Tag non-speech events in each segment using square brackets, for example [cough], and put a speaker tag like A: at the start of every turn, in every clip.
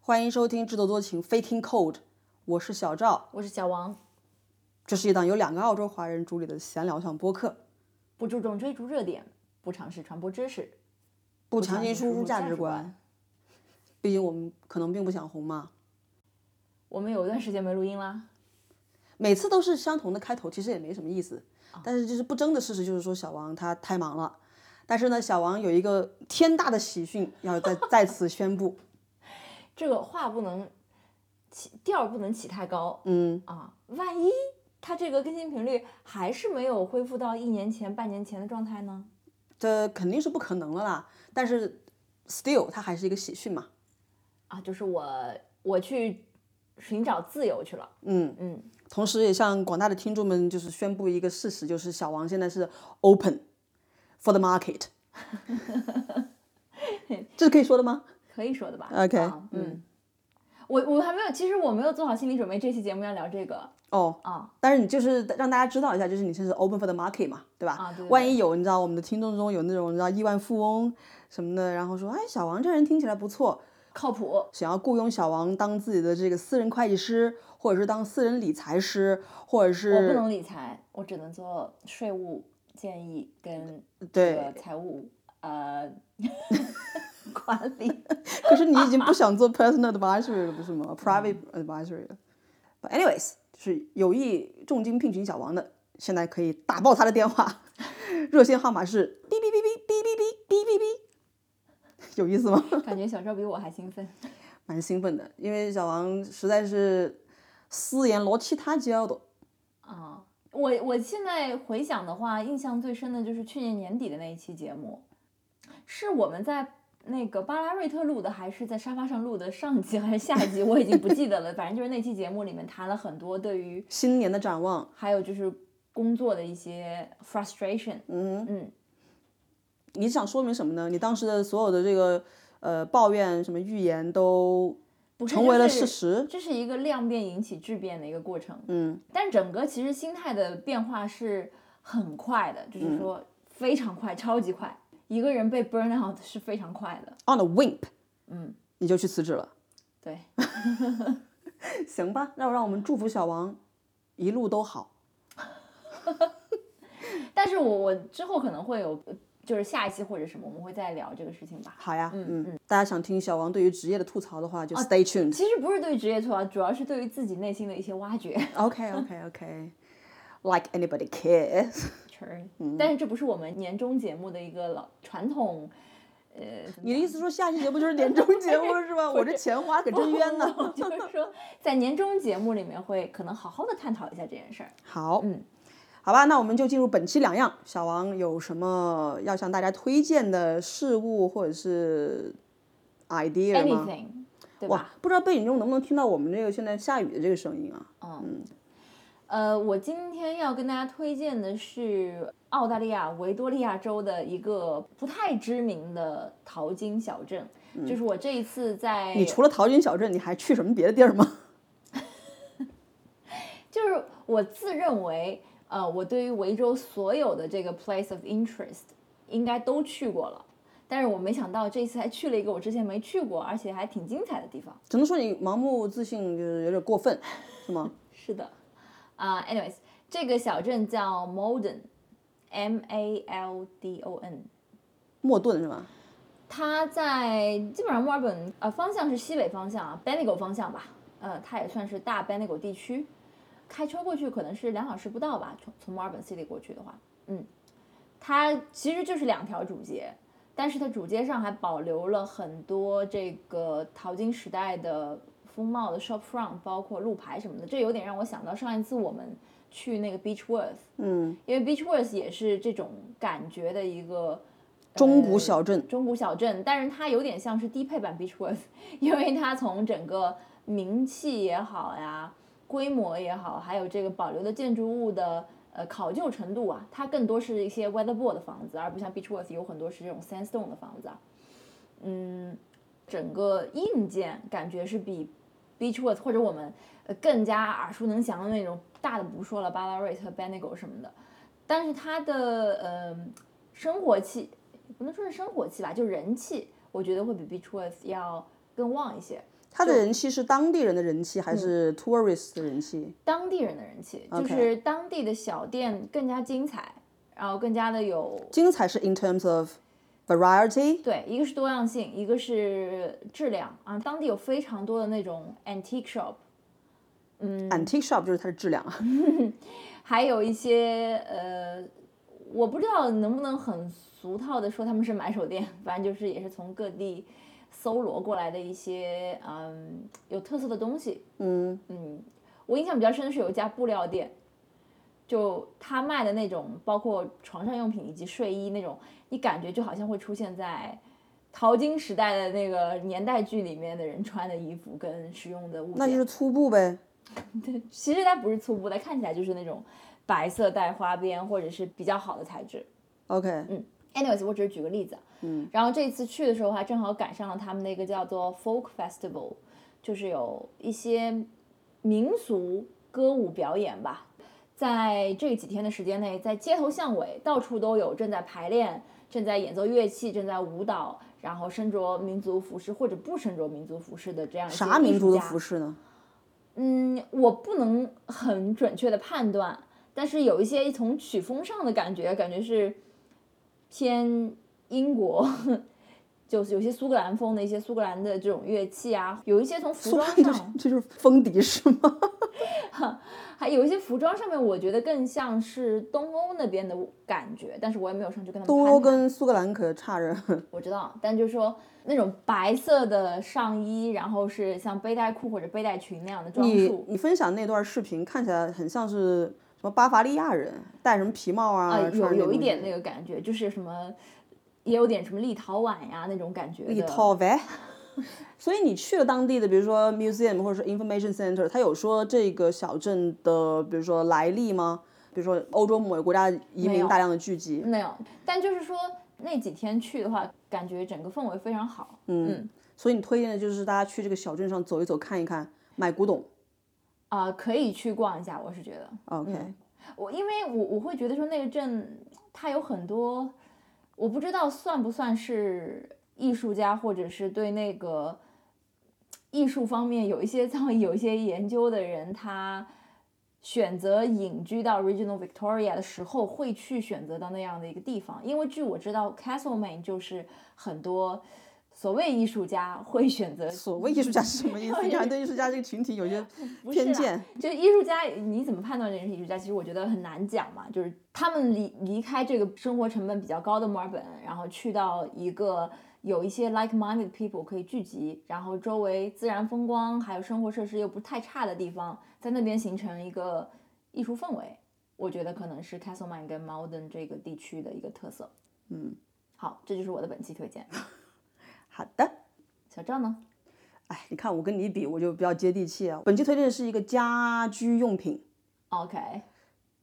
A: 欢迎收听《智多多情非听 Code》，我是小赵。
B: 我是小王，
A: 这是一档由两个澳洲华人主理的闲聊向播客，
B: 不注重追逐热点，不尝试传播知识，
A: 不
B: 强
A: 强行
B: 行输
A: 输出
B: 入
A: 价
B: 价
A: 值
B: 值
A: 观
B: 观。
A: 毕竟我们可能并不想红嘛，
B: 我们有一段时间没录音啦，
A: 每次都是相同的开头，其实也没什么意思。但是就是不争的事实就是说，小王他太忙了。但是呢，小王有一个天大的喜讯要 [laughs] 在在此宣布，
B: 这个话不能起调儿不能起太高，
A: 嗯，
B: 啊，万一它这个更新频率还是没有恢复到一年前、半年前的状态呢？
A: 这肯定是不可能了啦。但是 still 它还是一个喜讯嘛，
B: 啊，就是我我去寻找自由去了，
A: 嗯，
B: 嗯，
A: 同时也向广大的听众们就是宣布一个事实，就是小王现在是 open for the
B: [laughs]
A: market，这是可以说的吗？
B: 可以说的吧
A: OK，
B: 啊嗯，我我还没有，其实我没有做好心理准备，这期节目要聊这个
A: 哦，
B: 啊，
A: 但是你就是让大家知道一下，就是你现在是 open for the market 嘛，对吧？
B: 啊对对对
A: 万一有你知道我们的听众中有那种你知道亿万富翁什么的，然后说哎小王这人听起来不错，
B: 靠谱，
A: 想要雇佣小王当自己的这个私人会计师，或者是当私人理财师，或者
B: 我不
A: 是
B: 能理财，我只能做税务建议跟这个
A: 对，
B: 财务呃 [laughs] 管理。
A: 可是你已经不想做 personal advisory 了，不是吗？private advisory 了。But anyways，就是有意重金聘请小王的，现在可以打爆他的电话，热线号码是哔哔哔哔哔哔哔哔哔哔，有意思吗？
B: 感觉小赵比我还兴奋。
A: 蛮兴奋的，因为小王实在是私言罗其他教的。
B: 啊，我我现在回想的话，印象最深的就是去年年底的那一期节目，是我们在那个巴拉瑞特录的，还是在沙发上录的上集还是下集，我已经不记得了。反正就是那期节目里面谈了很多对于，
A: 新年的展望，
B: 还有就是工作的一些 frustration。
A: 嗯，
B: 嗯，
A: 你想说明什么呢？你当时的所有的这个呃抱怨、什么预言都
B: 不是
A: 成为了
B: 就是
A: 事实。
B: 这是一个量变引起质变的一个过程。
A: 嗯，
B: 但整个其实心态的变化是很快的，
A: 嗯
B: 就是说非常快，超级快。一个人被 burn out 是非常快的。
A: on a wimp，
B: 嗯，
A: 你就去辞职了。
B: 对，
A: [laughs] 行吧，那让我们祝福小王一路都好。
B: 但是我我之后可能会有，呃就是下一期或者什么，我们会再聊这个事情吧。
A: 好呀，嗯嗯，大家想听小王对于职业的吐槽的话，
B: 啊
A: 就 stay tuned。
B: 其实不是对于职业吐槽，主要是对于自己内心的一些
A: [laughs]
B: 挖掘。 [laughs]
A: OK OK OK。Like anybody cares，嗯
B: [laughs] 但是这不是我们年终节目的一个老传统，呃，
A: 你的意思说下期节目就是年终节目了是
B: [laughs]
A: 吧？我这钱花可真冤呐。
B: 就是说在年终节目里面会可能好好的探讨一下这件事儿。
A: 好，
B: 嗯，
A: 好吧，那我们就进入本期两样。小王有什么要向大家推荐的事物或者是 idea 吗
B: Anything，对吧
A: 哇？，不知道背景中能不能听到我们这个现在下雨的这个声音啊？
B: 呃，我今天要跟大家推荐的是澳大利亚维多利亚州的一个不太知名的淘金小镇，就是我这一次在，
A: 你除了淘金小镇，你还去什么别的地儿吗？ [laughs]
B: 就是我自认为，呃，我对于维州所有的这个 place of interest 应该都去过了，但是我没想到这次还去了一个我之前没去过，而且还挺精彩的地方。
A: 只能说你盲目自信就是有点过分，是吗？
B: 是的，啊、a n y w a y s 这个小镇叫 Malden，M A L D O N。
A: 莫顿是吧？
B: 它在基本上墨尔本呃方向是西北方向啊，Bendigo 方向吧，呃，它也算是大 Bendigo 地区。开车过去可能是两小时不到吧，从从墨尔本 City 过去的话，嗯，它其实就是两条主街，但是它主街上还保留了很多这个淘金时代的风貌的 shop front，包括路牌什么的，这有点让我想到上一次我们去那个 Beachworth，
A: 嗯，
B: 因为 Beachworth 也是这种感觉的一个。
A: 中古小镇，
B: 中古小镇，但是它有点像是低配版 Beachworth，因 [laughs] 为它从整个名气也好呀、规模也好，还有这个保留的建筑物的呃考究程度啊，它更多是一些 weatherboard 的房子，而不像 Beachworth 有很多是这种 sandstone 的房子啊。嗯，整个硬件感觉是比 Beachworth 或者我们呃更加耳熟能详的那种大的不说了，巴拉瑞特、Bendigo 什么的，但是它的呃生活气不能说是生活气吧，就人气，我觉得会比 Beachworth 要更旺一些。
A: 他的人气是当地人的人气
B: 嗯
A: 还是 tourist 的人气？
B: 当地人的人气，就是当地的小店更加精彩，然后更加的有
A: 精彩是 in terms of variety，
B: 对，一个是多样性，一个是质量啊。当地有非常多的那种 antique shop，嗯
A: ，antique shop 就是它的质量啊。
B: 还有一些呃，我不知道能不能很俗套的说他们是买手店，反正就是也是从各地搜罗过来的一些嗯有特色的东西。
A: 嗯，
B: 嗯，我印象比较深的是有一家布料店，就他卖的那种包括床上用品以及睡衣那种，你感觉就好像会出现在淘金时代的那个年代剧里面的人穿的衣服跟使用的物
A: 那就
B: 件。
A: 是粗布呗。
B: 其实它不是粗布的，看起来就是那种白色带花边或者是比较好的材质。
A: OK，
B: 嗯，anyways，我只是举个例子。嗯，然后这次去的时候还正好赶上了他们那个叫做 folk festival，就是有一些民俗歌舞表演吧，在这几天的时间内，在街头巷尾到处都有正在排练、正在演奏乐器、正在舞蹈，然后身着民族服饰或者不身着民族服饰的这样一些
A: 啥民族的服
B: 饰？
A: 饰呢？
B: 嗯，我不能很准确的判断，但是有一些从曲风上的感觉，感觉是偏英国，就是有些苏格兰风的一些苏格兰的这种乐器啊，有一些从服装
A: 这 [laughs]
B: 上，
A: 这就是风笛是
B: [laughs]
A: 吗？
B: 还有一些服装上面，我觉得更像是东欧那边的感觉，但是我也没有上去跟他们
A: 东
B: 攀
A: 欧
B: 谈
A: 跟苏格兰可差着。
B: 我知道，但就是说那种白色的上衣，然后是像背带裤或者背带裙那样的装
A: 你
B: 束，
A: 你分享那段视频看起来很像是什么巴伐利亚人，戴什么皮帽啊，
B: 啊，有
A: 穿
B: 有一点那
A: 那
B: 个感觉，就是什么，也有点什么立陶宛呀那种感觉的。
A: 一套呗。 [laughs] 所以你去了当地的，比如说 museum 或者是 information center，他有说这个小镇的，比如说来历吗？比如说欧洲某个国家移
B: 没有嗯
A: 民大量的聚集，
B: 没有，但就是说那几天去的话，感觉整个氛围非常好。嗯
A: 所以你推荐的就是大家去这个小镇上走一走，看一看，买古董。
B: 啊、可以去逛一下，我是觉得。
A: OK，、
B: 嗯我因为我我会觉得说那个镇它有很多，我不知道算不算是艺术家或者是对那个艺术方面有一些 [laughs] 造诣、有一些研究的人，他选择隐居到 Regional Victoria 的时候，会去选择到那样的一个地方。因为据我知道，Castlemaine 就是很多所谓艺术家会选择
A: 所谓艺术家是什么
B: [laughs]
A: 意思？你还对艺术家这个群体有些
B: 不是啊
A: 偏
B: 啦
A: 见。
B: 就是艺术家，你怎么判断这人是艺术家？其实我觉得很难讲嘛。就是他们离离开这个生活成本比较高的墨尔本，然后去到一个有一些 like-minded people 可以聚集，然后周围自然风光还有生活设施又不太差的地方，在那边形成一个艺术氛围，我觉得可能是 Castlemine 跟 Malden 这个地区的一个特色。
A: 嗯，
B: 好，这就是我的本期推荐。
A: 好的。
B: 小赵呢？
A: 哎，你看我跟你比，我就比较接地气啊。本期推荐的是一个家居用品，
B: ？OK，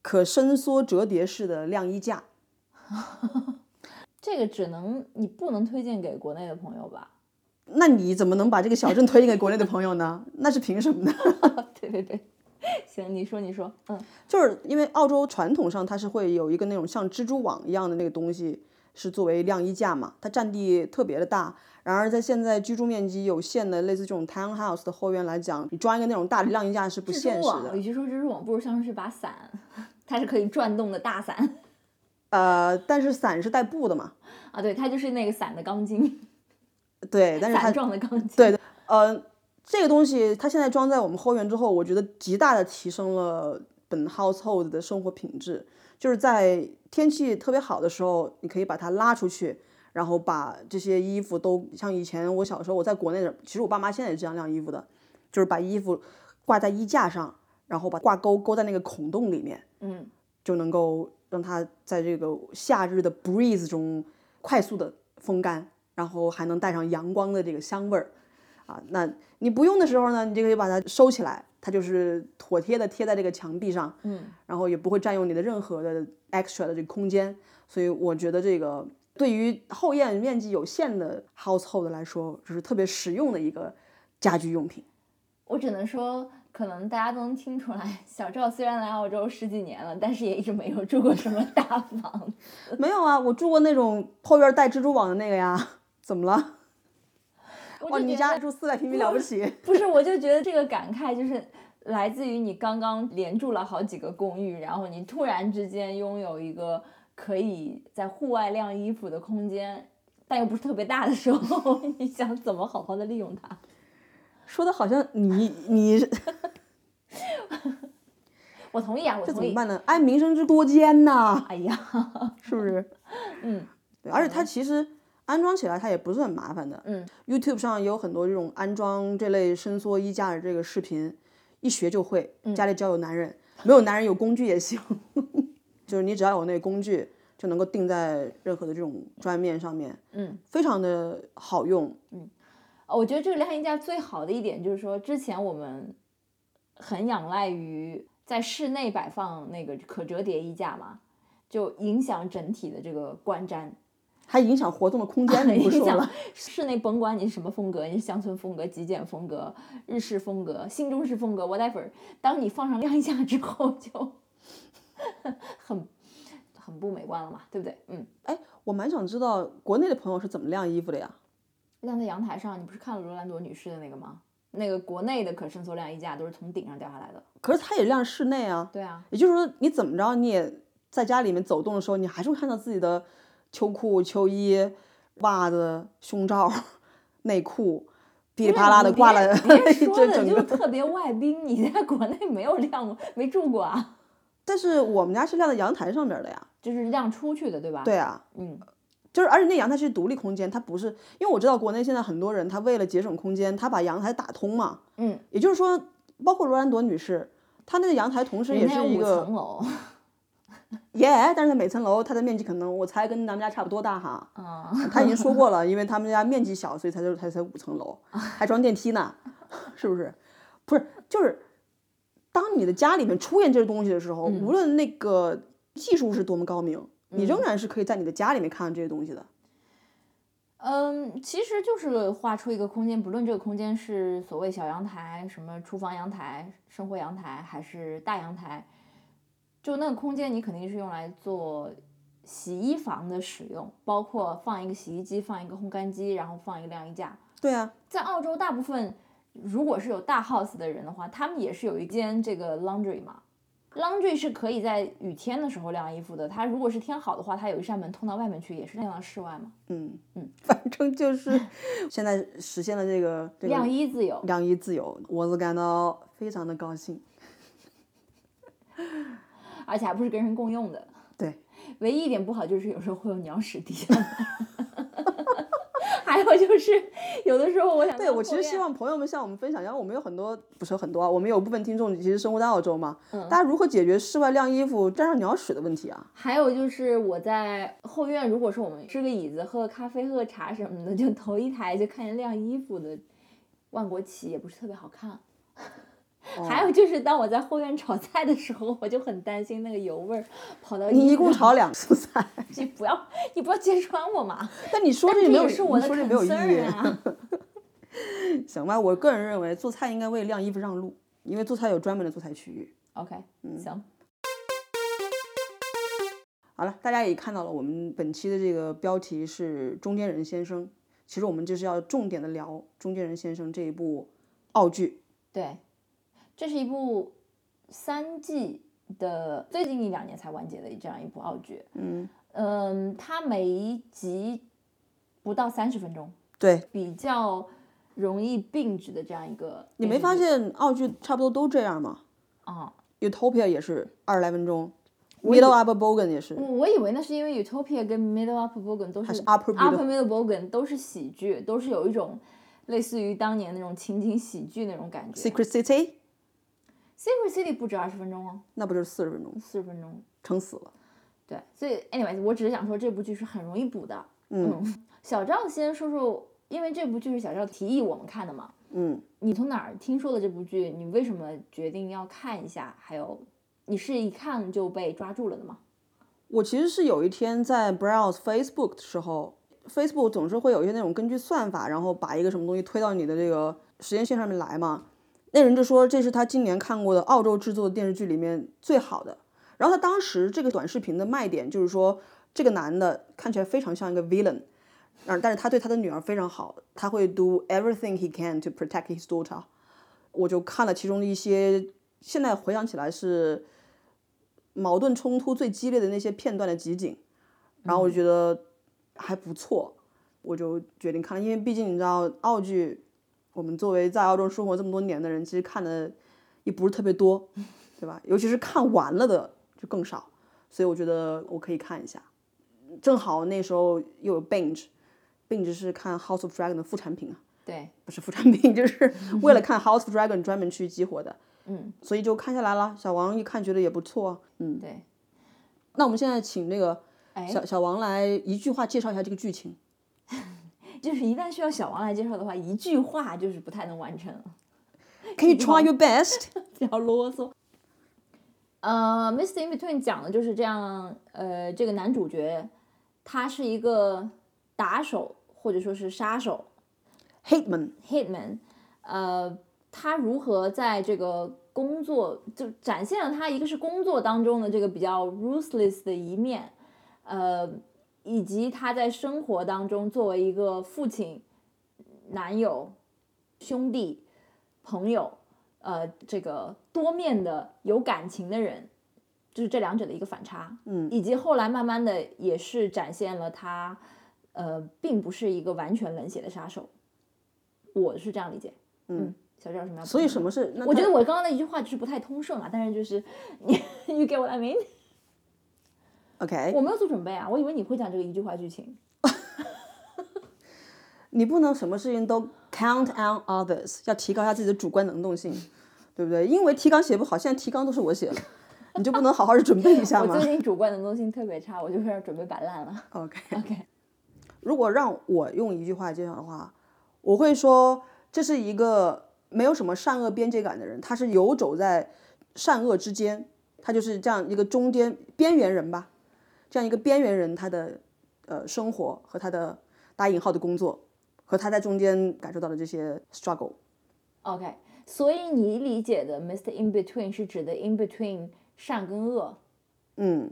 A: 可伸缩折叠式的晾衣架。
B: 这个只能你不能推荐给国内的朋友吧？ [laughs]
A: 那你怎么能把这个小镇推荐给国内的朋友呢？ [laughs] 那是凭什么呢？
B: 对对对，行，你说你说，嗯，
A: 就是因为澳洲传统上它是会有一个那种像蜘蛛网一样的那个东西，是作为晾衣架嘛，它占地特别的大。然而在现在居住面积有限的类似这种 townhouse 的后院来讲，你装一个那种大的晾衣架是不
B: 蜘蛛
A: 现实
B: 网，
A: 的。
B: 与其说蜘蛛网，不如像是把伞， [laughs] 它是可以转动的大伞
A: 呃，但是伞是带布的嘛，
B: 啊，对，它就是那个伞的钢筋，
A: 对，但是它
B: 哎伞状的钢筋，
A: 对的，呃，这个东西它现在装在我们后院之后，我觉得极大的提升了本 household 的生活品质。就是在天气特别好的时候，你可以把它拉出去，然后把这些衣服都像以前我小时候我在国内的，其实我爸妈现在也这样晾衣服的，就是把衣服挂在衣架上，然后把挂钩勾在那个孔洞里面，
B: 嗯，
A: 就能够让它在这个夏日的 breeze 中快速的风干，然后还能带上阳光的这个香味儿。啊，那你不用的时候呢，你就可以把它收起来，它就是妥帖的贴在这个墙壁上，
B: 嗯，
A: 然后也不会占用你的任何的 extra 的这个空间。所以我觉得这个对于后院面积有限的 household 来说，就是特别实用的一个家居用品。
B: 我只能说，可能大家都能听出来，小赵虽然来澳洲十几年了，但是也一直没有住过什么大房，
A: [laughs] 没有啊，我住过那种后院带蜘蛛网的那个呀，怎么了？
B: 我
A: 哇，
B: 就
A: 你
B: 觉
A: 家
B: 得
A: 住四百平米了不
B: [laughs]
A: 起，
B: 不是，我就觉得这个感慨就是来自于你刚刚连住了好几个公寓，然后你突然之间拥有一个可以在户外晾衣服的空间，但又不是特别大的时候， [laughs] 你想怎么好好的利用它？
A: 说的好像你你这
B: 我同意啊，
A: [laughs]
B: 我
A: 怎
B: 同
A: 么
B: 意。
A: 办呢？安民生之多艰呐，
B: 哎呀，
A: 是不是？
B: [laughs] 嗯
A: 对，而且它其实安装起来它也不是很麻烦的。
B: 嗯
A: ，YouTube 上也有很多这种安装这类伸缩衣架的这个视频，一学就会。
B: 嗯
A: 家里只要有男人，没有男人有工具也行， [laughs] 就是你只要有那个工具，就能够定在任何的这种砖面上面，
B: 嗯，
A: 非常的好用。
B: 呃我觉得这个晾衣架最好的一点就是说，之前我们很仰赖于在室内摆放那个可折叠衣架嘛，就影响整体的这个观瞻。
A: 还影响活动的空间，你不
B: [laughs] 影
A: 说
B: 响
A: 了，
B: 室内甭管你是什么风格，你是乡村风格、极简风格、日式风格、新中式风格，whatever。当你放上晾衣架之后，就很很不美观了嘛，对不对？嗯，
A: 哎，我蛮想知道国内的朋友是怎么晾衣服的呀？
B: 晾在阳台上，你不是看了罗兰朵女士的那个吗？那个国内的可伸缩晾衣架都是从顶上掉下来的。
A: 可是它也晾室内啊，
B: 对啊，
A: 也就是说你怎么着你也在家里面走动的时候，你还是会看到自己的秋裤、秋衣、袜子、胸罩、内裤，噼里啪啦的挂了 [laughs]
B: 别别说
A: 这
B: 的
A: 整
B: 就
A: 个。
B: 特别外宾，你在国内没有晾过，没住过啊，
A: 但是我们家是晾在阳台上边的呀，
B: 就是晾出去的，对吧？，
A: 对啊，
B: 嗯，
A: 就是而且那阳台是独立空间，它不是因为我知道国内现在很多人他为了节省空间，他把阳台打通嘛，
B: 嗯，
A: 也就是说，包括罗兰朵女士，她那个阳台同时也
B: 人家
A: 是
B: 有
A: 一
B: 五
A: 个 [laughs]
B: 层楼，
A: 耶但是每层楼它的面积可能我猜跟咱们家差不多大哈。
B: 啊、
A: 他已经说过了，因为他们家面积小，所以才就才才五层楼，还装电梯呢， [laughs] 是不是？不是，就是当你的家里面出现这些东西的时候，无论那个技术是多么高明，你仍然是可以在你的家里面看到这些东西的。
B: 嗯，其实就是画出一个空间，不论这个空间是所谓小阳台、什么厨房阳台、生活阳台，还是大阳台，就那个空间你肯定是用来做洗衣房的使用，包括放一个洗衣机、放一个烘干机，然后放一个晾衣架。
A: 对啊，
B: 在澳洲，大部分如果是有大 house 的人的话，他们也是有一间这个 laundry 嘛。laundry 是可以在雨天的时候晾衣服的，它如果是天好的话，它有一扇门通到外面去，也是晾到室外嘛。
A: 嗯
B: 嗯，
A: 反正就是现在实现了这个这
B: 晾
A: 个
B: 衣自由。
A: 晾衣自由，我是感到非常的高兴。
B: 而且还不是跟人共用的。
A: 对，
B: 唯一一点不好就是有时候会有鸟屎滴下来。 [laughs] 还有就是，有的时候我想
A: 对，我其实希望朋友们向我们分享一下，我们有很多不是很多啊，我们有部分听众其实生活在澳洲嘛，
B: 嗯
A: 大家如何解决室外晾衣服沾上鸟屎的问题啊？
B: 还有就是我在后院，如果说我们支个椅子、喝个咖啡、喝个茶什么的，就头一台就看见晾衣服的万国旗，也不是特别好看。
A: 哦
B: 还有就是，当我在后院炒菜的时候，我就很担心那个油味儿跑到
A: 你
B: 衣
A: 一
B: 服
A: 共
B: 上
A: 炒两次
B: [laughs]
A: 菜，
B: 你不要你不要揭穿我嘛！
A: 但你说
B: 但
A: 这没有，
B: 也是我
A: 你
B: 的
A: 说这没有意
B: concern
A: 义。
B: 啊。
A: [laughs] 行吧，我个人认为做菜应该为晾衣服让路，因为做菜有专门的做菜区域。 [laughs]
B: OK，行，
A: 嗯好了，大家也看到了，我们本期的这个标题是《中间人先生》，其实我们就是要重点的聊《中间人先生》这一部澳剧。
B: 对，这是一部三季的最近一两年才完结的这样一部澳剧。
A: 嗯，
B: 嗯，它每一集不到三十分钟，
A: 对，
B: 比较容易并置的这样一个
A: 你
B: 电
A: 没
B: 视剧。
A: 发现澳剧差不多都这样吗
B: 啊？
A: ？Utopia 也是二十来分钟，Middle Upper Bogan 也是
B: 我，我以为那是因为 Utopia 跟 Middle Upper Bogan 都是
A: 是 Upper Middle
B: 嗯 Upper Middle Bogan 都是喜剧，都是有一种类似于当年那种情景喜剧那种感觉。
A: Secret City，
B: Secret City 不止二十分钟哦，
A: 那不就是四十分钟，
B: 四十分钟。
A: 撑死了。
B: 对，所以 anyways，我只是想说这部剧是很容易补的。嗯，小赵先说说，因为这部剧是小赵提议我们看的嘛，
A: 嗯，
B: 你从哪儿听说的这部剧？你为什么决定要看一下？还有，你是一看就被抓住了的吗？
A: 我其实是有一天在 browse Facebook 的时候，Facebook 总是会有一些那种根据算法，然后把一个什么东西推到你的这个时间线上面来嘛。那人就说这是他今年看过的澳洲制作的电视剧里面最好的。然后他当时这个短视频的卖点就是说，这个男的看起来非常像一个 villain，嗯，但是他对他的女儿非常好，他会 do everything he can to protect his daughter。我就看了其中的一些，现在回想起来是矛盾冲突最激烈的那些片段的集锦，然后我觉得还不错，我就决定看了，因为毕竟你知道澳剧，我们作为在澳洲生活这么多年的人，其实看的也不是特别多，对吧？尤其是看完了的就更少，所以我觉得我可以看一下。正好那时候又有 binge，binge 是看 House of Dragon 的副产品啊，
B: 对，
A: 不是副产品， [laughs] 就是为
B: [laughs]
A: 了看 House of Dragon 专门去激活的，
B: 嗯，
A: 所以就看下来了。小王一看觉得也不错啊，嗯，
B: 对。
A: 那我们现在请那个
B: 哎，
A: 小小王来一句话介绍一下这个剧
B: [laughs]
A: 情。
B: [laughs] 就是一旦需要小王来介绍的话，一句话就是不太能完成了。 [laughs]
A: Can you try your best？
B: 比较啰嗦。呃，《Mr. In Between》讲的就是这样，呃，这个男主角他是一个打手或者说是杀手
A: Hateman，
B: （hitman），呃，他如何在这个工作就展现了他一个是工作当中的这个比较 ruthless 的一面，呃，以及他在生活当中作为一个父亲、男友、兄弟、朋友，呃，这个多面的有感情的人，就是这两者的一个反差，
A: 嗯，
B: 以及后来慢慢的也是展现了他，呃，并不是一个完全冷血的杀手，我是这样理解，
A: 嗯，
B: 小赵有什么要补充的？
A: 所以什么是？那
B: 嗯我觉
A: 他
B: 得我刚刚那一句话就是不太通顺啊，但是就是 [laughs] 你 you get what I mean？
A: OK，
B: 我没有做准备啊，我以为你会讲这个一句话剧情。
A: 你不能什么事情都 count on others，要提高一下自己的主观能动性，对不对？因为提纲写不好，现在提纲都是我写的，你就不能好好的准备一下
B: 我 [laughs]
A: 吗
B: 最近主观能动性特别差，我就是准备摆烂了。 [laughs]
A: ？OK，
B: OK，
A: 如果让我用一句话介绍的话，我会说这是一个没有什么善恶边界感的人，他是游走在善恶之间，他就是这样一个中间边缘人吧，这样一个边缘人，他的呃生活和他的打引号的工作，和他在中间感受到的这些 struggle。
B: OK，所以你理解的 Mr. In Between 是指的 In Between 善跟恶？
A: 嗯，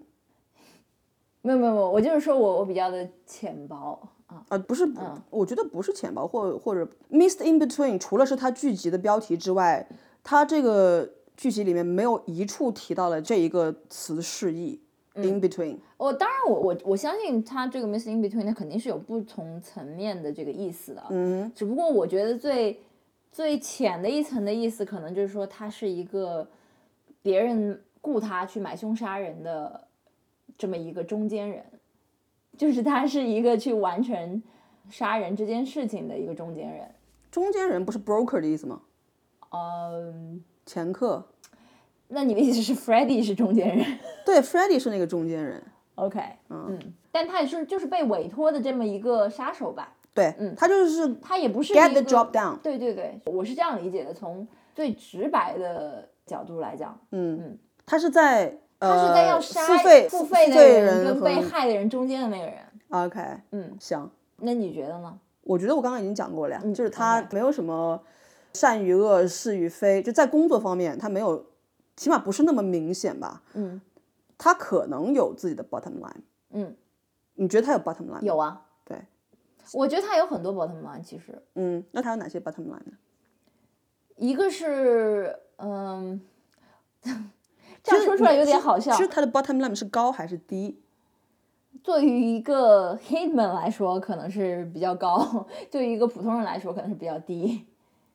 B: 没有没有没有，我就是说我我比较的浅薄啊。
A: 啊，不是，我觉得不是浅薄，或或者 missed in between，除了是它剧集的标题之外，它这个剧集里面没有一处提到了这一个词释义。in
B: 嗯
A: between，
B: 我、哦当然我我我相信他这个 Mr. In Between 它肯定是有不同层面的这个意思的，
A: 嗯，
B: 只不过我觉得最最浅的一层的意思，可能就是说他是一个别人雇他去买凶杀人的这么一个中间人，就是他是一个去完成杀人这件事情的一个中间人。
A: 中间人不是 broker 的意思吗？
B: 嗯，
A: 掮客。
B: 那你的意思是 f r e d d y 是中间人
A: 对，Freddy 是那个中间人，
B: ？OK，嗯但他也是就是被委托的这么一个杀手吧，
A: 对，他就是
B: 他也不嗯是
A: get
B: 一
A: the
B: 个
A: job done。
B: 对对对，我是这样理解的，从最直白的角度来讲，
A: 嗯，他是在呃，
B: 他是在要杀
A: 付费
B: 付
A: 费
B: 费的人
A: 人
B: 跟
A: 和
B: 被害的人中间的那个人。
A: OK，
B: 嗯，
A: 行。
B: 那你觉得呢？
A: 我觉得我刚刚已经讲过了呀，
B: 嗯
A: 就是他
B: OK
A: 没有什么善与恶、是与非，就在工作方面他没有，起码不是那么明显吧。
B: 嗯
A: 他可能有自己的 bottom line，
B: 嗯，
A: 你觉得他有 bottom line？吗，
B: 有啊，
A: 对，
B: 我觉得他有很多 bottom line，其实
A: 嗯，那他有哪些 bottom line 呢？
B: 一个是嗯， [laughs] 这样说出来有点好笑
A: 其。实他的 bottom line 是高还是低？
B: 对于一个 hitman 来说，可能是比较高； [laughs] 对于一个普通人来说，可能是比较低。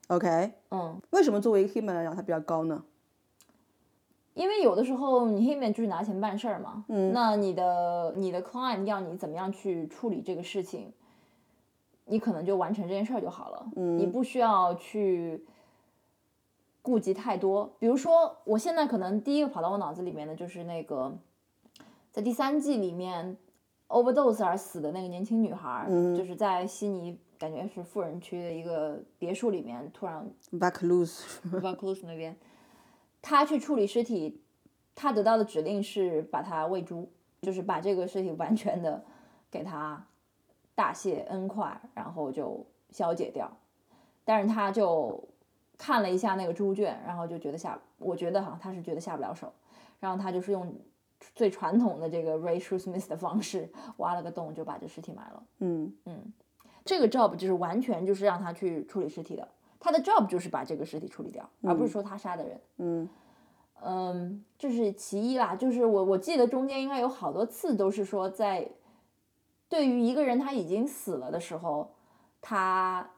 A: OK，
B: 嗯，
A: 为什么作为一个 human 来讲它比较高呢？
B: 因为有的时候你 hitman 就是拿钱办事儿嘛，嗯，那你的你的 client 要你怎么样去处理这个事情，你可能就完成这件事儿就好了，嗯，你不需要去顾及太多。比如说，我现在可能第一个跑到我脑子里面的就是那个，在第三季里面 overdose 而死的那个年轻女孩儿，就是在悉尼感觉是富人区的一个别墅里面突然
A: Back loose，
B: v a c l u s 那边，他去处理尸体，他得到的指令是把它喂猪，就是把这个尸体完全的给它大卸 n 块，然后就消解掉。但是他就看了一下那个猪圈，然后就觉得下，我觉得好像他是觉得下不了手，然后他就是用最传统的这个 Ray Shoesmith 的方式挖了个洞，就把这尸体埋了。
A: 嗯，
B: 嗯，这个 job 就是完全就是让他去处理尸体的，他的 job 就是把这个尸体处理掉，而不是说他杀的人。
A: 嗯
B: 嗯，这是其一啦。就是我我记得中间应该有好多次都是说，在对于一个人他已经死了的时候，他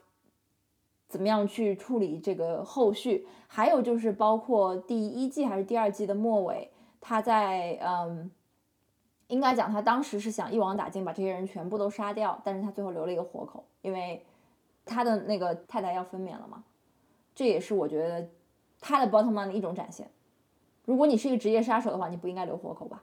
B: 怎么样去处理这个后续，还有就是包括第一季还是第二季的末尾，他在嗯。应该讲，他当时是想一网打尽，把这些人全部都杀掉，但是他最后留了一个活口，因为他的那个太太要分娩了嘛。这也是我觉得他的 bottom line 的一种展现。如果你是一个职业杀手的话，你不应该留活口吧？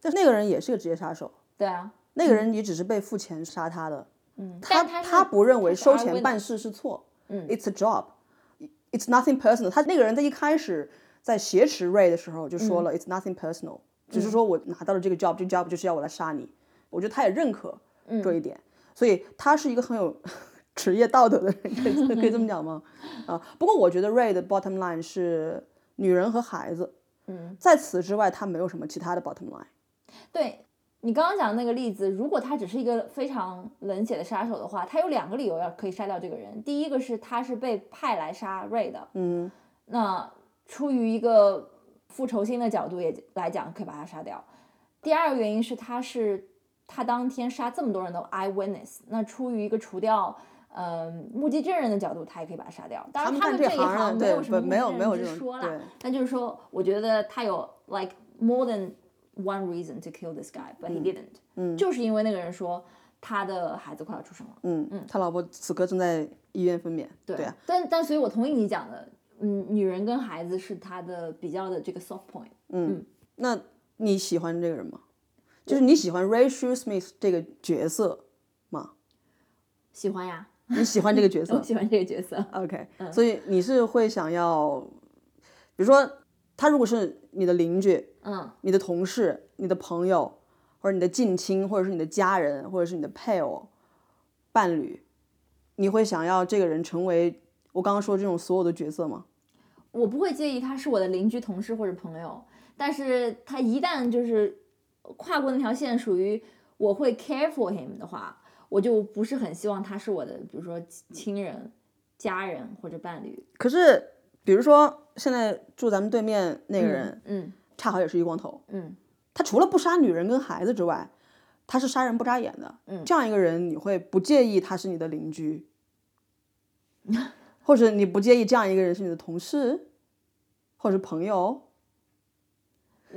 A: 但是那个人也是个职业杀手，
B: 对啊，
A: 那个人也只是被付钱杀他的，
B: 嗯，
A: 他
B: 但是
A: 他不认为收
B: 他是
A: 钱
B: Arwen
A: 办事是错，
B: 嗯
A: ，it's a job，it's nothing personal。他那个人在一开始在挟持 Ray 的时候就
B: 嗯
A: 说了、i t s nothing personal，只是说我拿到了这个 job，、这个 job 就是要我来杀你。我觉得他也认可
B: 嗯
A: 这一点，所以他是一个很有 [laughs] 职业道德的人，可以可以这么讲吗？啊，不过我觉得 Ray 的 bottom line 是女人和孩子，
B: 嗯，
A: 在此之外他没有什么其他的 bottom line。
B: 对你刚刚讲的那个例子，如果他只是一个非常冷血的杀手的话，他有两个理由要可以杀掉这个人。第一个是他是被派来杀瑞的，
A: 嗯
B: 那出于一个复仇心的角度也来讲，可以把他杀掉。第二个原因是他是他当天杀这么多人的 eyewitness，那出于一个除掉。嗯，目击证人的角度，他也可以把他杀掉。当
A: 他
B: 然，
A: 们
B: 他们
A: 干这
B: 一
A: 行啊
B: 行没
A: 对
B: 有什么
A: 不没有
B: 目击
A: 没有
B: 证
A: 这
B: 人
A: 种
B: 之说
A: 对
B: 啦。但就是说，我觉得他有 like more than one reason to kill this guy，but he didn't。嗯，就是因为那个人说他的孩子快要出生了。
A: 嗯，他老婆此刻正在医院分娩。对啊，
B: 但但所以，我同意你讲的，嗯，女人跟孩子是他的比较的这个 soft point。
A: 那你喜欢这个人吗？就是你喜欢 Ray s h u s m i t h 这个角色吗？
B: 喜欢呀，
A: 你喜欢这个角
B: 我
A: 色
B: 喜欢这个角色。
A: ？OK，、所
B: 嗯
A: 以你是会想要，比如说他如果是你的邻居、
B: 嗯
A: 你的同事、你的朋友，或者你的近亲，或者是你的家人，或者是你的配偶、伴侣，你会想要这个人成为我刚刚说这种所有的角色吗？
B: 我不会介意他是我的邻居、同事或者朋友，但是他一旦就是跨过那条线，属于我会 care for him 的话，我就不是很希望他是我的，比如说亲人、家人或者伴侣。
A: 可是，比如说现在住咱们对面那个人，
B: 嗯
A: 恰好也是一光头，
B: 嗯，
A: 他除了不杀女人跟孩子之外，他是杀人不眨眼的。
B: 嗯
A: 这样一个人，你会不介意他是你的邻居， [laughs] 或者你不介意这样一个人是你的同事，或者是朋友？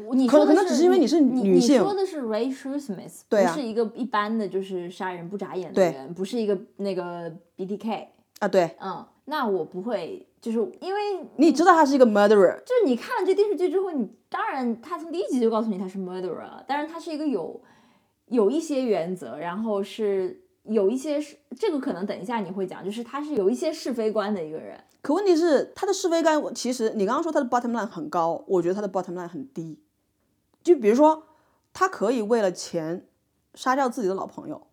B: 我你
A: 可
B: 说
A: 可
B: 的
A: 能只是因为你是
B: 你
A: 女性
B: 你说的是 Ray s h u s m i t h
A: 对啊
B: 不是一个一般的就是杀人不眨眼的
A: 对
B: 人，不是一个那个 BDK。
A: 啊，对，
B: 嗯，那我不会，就是因为
A: 你知道他是一个 murderer，
B: 就是你看了这电视剧之后，你当然他从第一集就告诉你他是 murderer，了但是他是一个有有一些原则，然后是有一些是这个可能等一下你会讲，就是他是有一些是非观的一个人。
A: 可问题是他的是非观，其实你刚刚说他的 bottom line 很高，我觉得他的 bottom line 很低。就比如说，他可以为了钱杀掉自己的老朋友，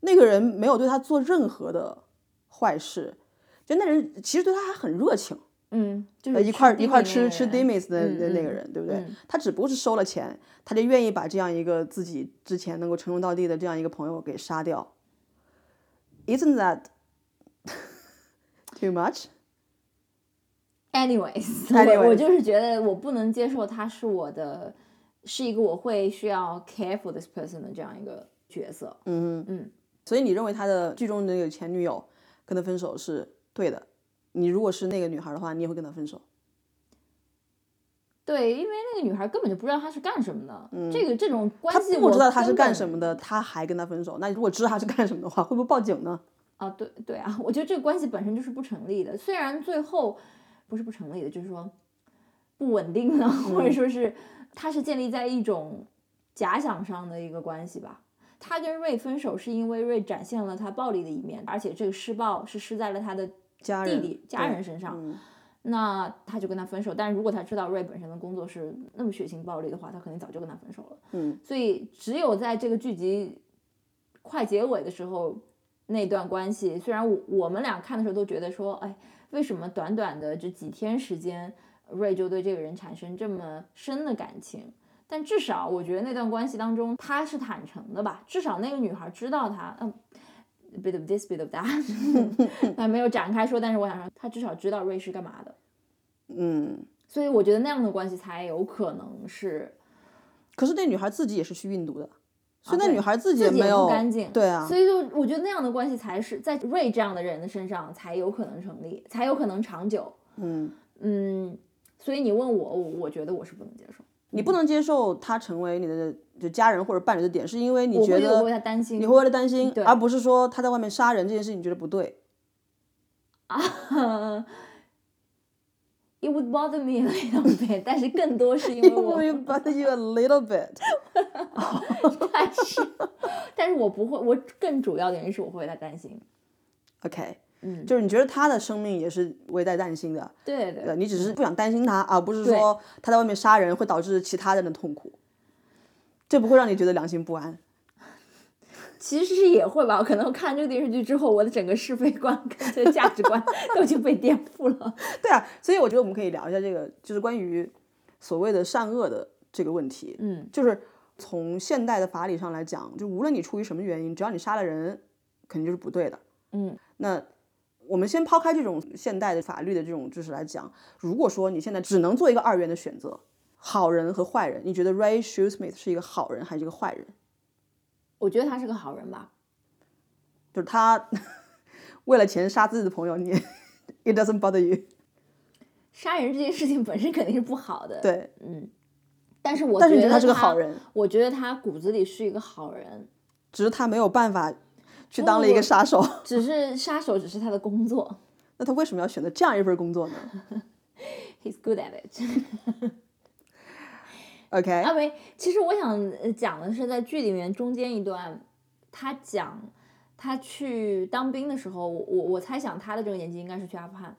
A: 那个人没有对他做任何的坏事，就那人其实对他还很热情。
B: 嗯，就
A: 呃
B: 是
A: 一块
B: 丁
A: 一块
B: 那个
A: 吃吃
B: 人
A: Dimis 的
B: 嗯
A: 那那个
B: 嗯
A: 人，对不对
B: 嗯？
A: 他只不过是收了钱，他就愿意把这样一个自己之前能够称兄道弟的这样一个朋友给杀掉。Isn't that [laughs] too much？
B: Anyways，
A: [laughs]
B: 我
A: Anyways
B: 我就是觉得我不能接受他是我的，是一个我会需要 care for this person 的这样一个角色。
A: 嗯
B: 嗯，
A: 所以你认为他的剧中的那个前女友跟他分手是对的？你如果是那个女孩的话，你也会跟他分手？
B: 对，因为那个女孩根本就不知道他是干什么的，这个这种关
A: 他
B: 系
A: 嗯不知道他是干
B: 么
A: 什么的，他还跟他分手，那如果知道他是干什么的话，会不会报警呢？
B: 啊，对对啊， [laughs] 我觉得这个关系本身就是不成立的。虽然最后不是不成立的，就是说不稳定的，或
A: 嗯
B: 者说是它是建立在一种假想上的一个关系吧。他跟瑞分手是因为瑞展现了他暴力的一面，而且这个施暴是施在了他的
A: 家
B: 弟
A: 人、
B: 弟家
A: 对
B: 人身上，
A: 嗯
B: 那他就跟他分手。但如果他知道瑞本身的工作是那么血腥暴力的话，他肯定早就跟他分手了。
A: 嗯，
B: 所以只有在这个剧集快结尾的时候，那段关系，虽然我我们俩看的时候都觉得说，哎，为什么短短的这几天时间，瑞就对这个人产生这么深的感情？但至少我觉得那段关系当中，他是坦诚的吧，至少那个女孩知道他，嗯。 bit of this bit of that，还 [laughs] 没有展开说，但是我想说，他至少知道瑞是干嘛的，
A: 嗯，
B: 所以我觉得那样的关系才有可能是，
A: 可是那女孩自己也是去运毒的，所以那
B: 啊对
A: 女孩自己
B: 自己
A: 没
B: 也不
A: 有
B: 干净
A: 对啊
B: 所，以就我觉得那样的关系才是在瑞这样的人的身上才有可能成立，才有可能长久，
A: 嗯，
B: 嗯，所以你问我，我我觉得我是不能接受，
A: 你不能接受她成为你的就家人或者伴侣的点，是因为你
B: 我
A: 觉
B: 会
A: 得
B: 有为他担心，
A: 你会为了担心
B: 对，
A: 而不是说她在外面杀人这件事情你觉得不对。
B: [laughs] It would bother me a little bit，但是更多是因为
A: [laughs]
B: 我
A: You
B: [laughs]
A: bother you a little bit。
B: 但是， [laughs] 但是我不会，我更主要的原因是我会为他担心。
A: OK，
B: 嗯，
A: 就是你觉得她的生命也是危在旦心的，
B: 对对
A: 对，你只是不想担心她，而不是说她在外面杀人会导致其他人的痛苦，这不会让你觉得良心不安。 [laughs]
B: 其实是也会吧。可能我看这个电视剧之后，我的整个是非观跟这个价值 [laughs] 观都已经被颠覆了。
A: 对啊，所以我觉得我们可以聊一下这个，就是关于所谓的善恶的这个问题。
B: 嗯，
A: 就是从现代的法理上来讲，就无论你出于什么原因，只要你杀了人，肯定就是不对的。
B: 嗯，
A: 那我们先抛开这种现代的法律的这种知识来讲，如果说你现在只能做一个二元的选择，好人和坏人，你觉得 Ray Shoesmith 是一个好人还是一个坏人？
B: 我觉得他是个好人吧。
A: 就是他 [laughs] 为了钱杀自己的朋友，你 [laughs] it doesn't bother you。
B: 杀人这件事情本身肯定是不好的，，
A: 对，
B: 嗯。但是我
A: 但是你
B: 觉
A: 觉得
B: 得
A: 他是个好，人，
B: 我觉得他骨子里是一个好人，
A: 只是他没有办法去
B: 不
A: 当了一
B: 不
A: 个杀手。
B: 只是杀手只是他的工作。 [laughs]
A: 那他为什么要选择这样一份工作呢
B: He's good at it。
A: ？OK，
B: 啊喂，其实我想呃讲的是，在剧里面中间一段，他讲他去当兵的时候，我我我猜想他的这个年纪应该是去阿富汗。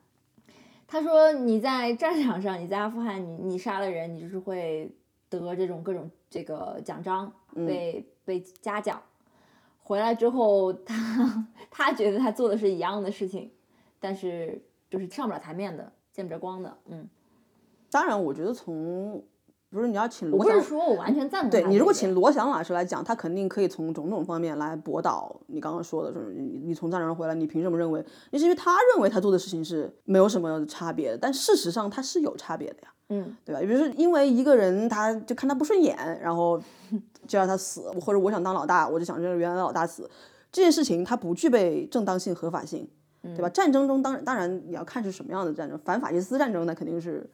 B: 他说你在战场上，你在阿富汗，你你杀了人，你就是会得这种各种这个奖章，
A: 嗯
B: 被、被嘉奖。回来之后，他他觉得他做的是一样的事情，但是就是上不了台面的，见不着光的。嗯，
A: 当然，我觉得从不是你要请
B: 我
A: 罗
B: 不
A: 翔
B: 是，说我完全赞同
A: 对
B: 他
A: 你
B: 这
A: 如果
B: 一点
A: 请罗翔老师来讲，他肯定可以从种种方面来驳倒你刚刚说的，就是你你从战场上回来，你凭什么认为？那是因为他认为他做的事情是没有什么差别的，但事实上他是有差别的呀，
B: 嗯。
A: 对吧？比如说因为一个人他就看他不顺眼，然
B: [laughs]
A: 后就让他死，或者我想当老大，我就想让原来的老大死，这件事情它不具备正当性、合法性，对
B: 嗯
A: 吧？战争中当然当然你要看是什么样的战争，反法西斯战争那肯定是。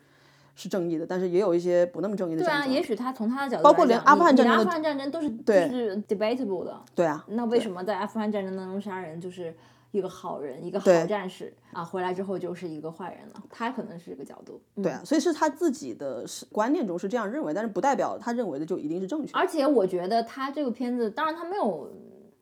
A: 是正义的，但是也有一些不那么正义的
B: 对
A: 战
B: 啊，
A: 争。
B: 也许他从他的角度来讲，
A: 包括连阿富汗
B: 你
A: 战
B: 你
A: 争
B: 阿
A: 的
B: 富汗战争都是
A: 对
B: 就是 debatable 的。
A: 对啊，
B: 那为什么在阿富汗战争当中杀人就是一个好人，一个好
A: 对
B: 战士啊，回来之后就是一个坏人了？他可能是这个角度。嗯
A: 对啊，所以是他自己的是观念中是这样认为，但是不代表他认为的就一定是正确。
B: 而且我觉得他这个片子，当然他没有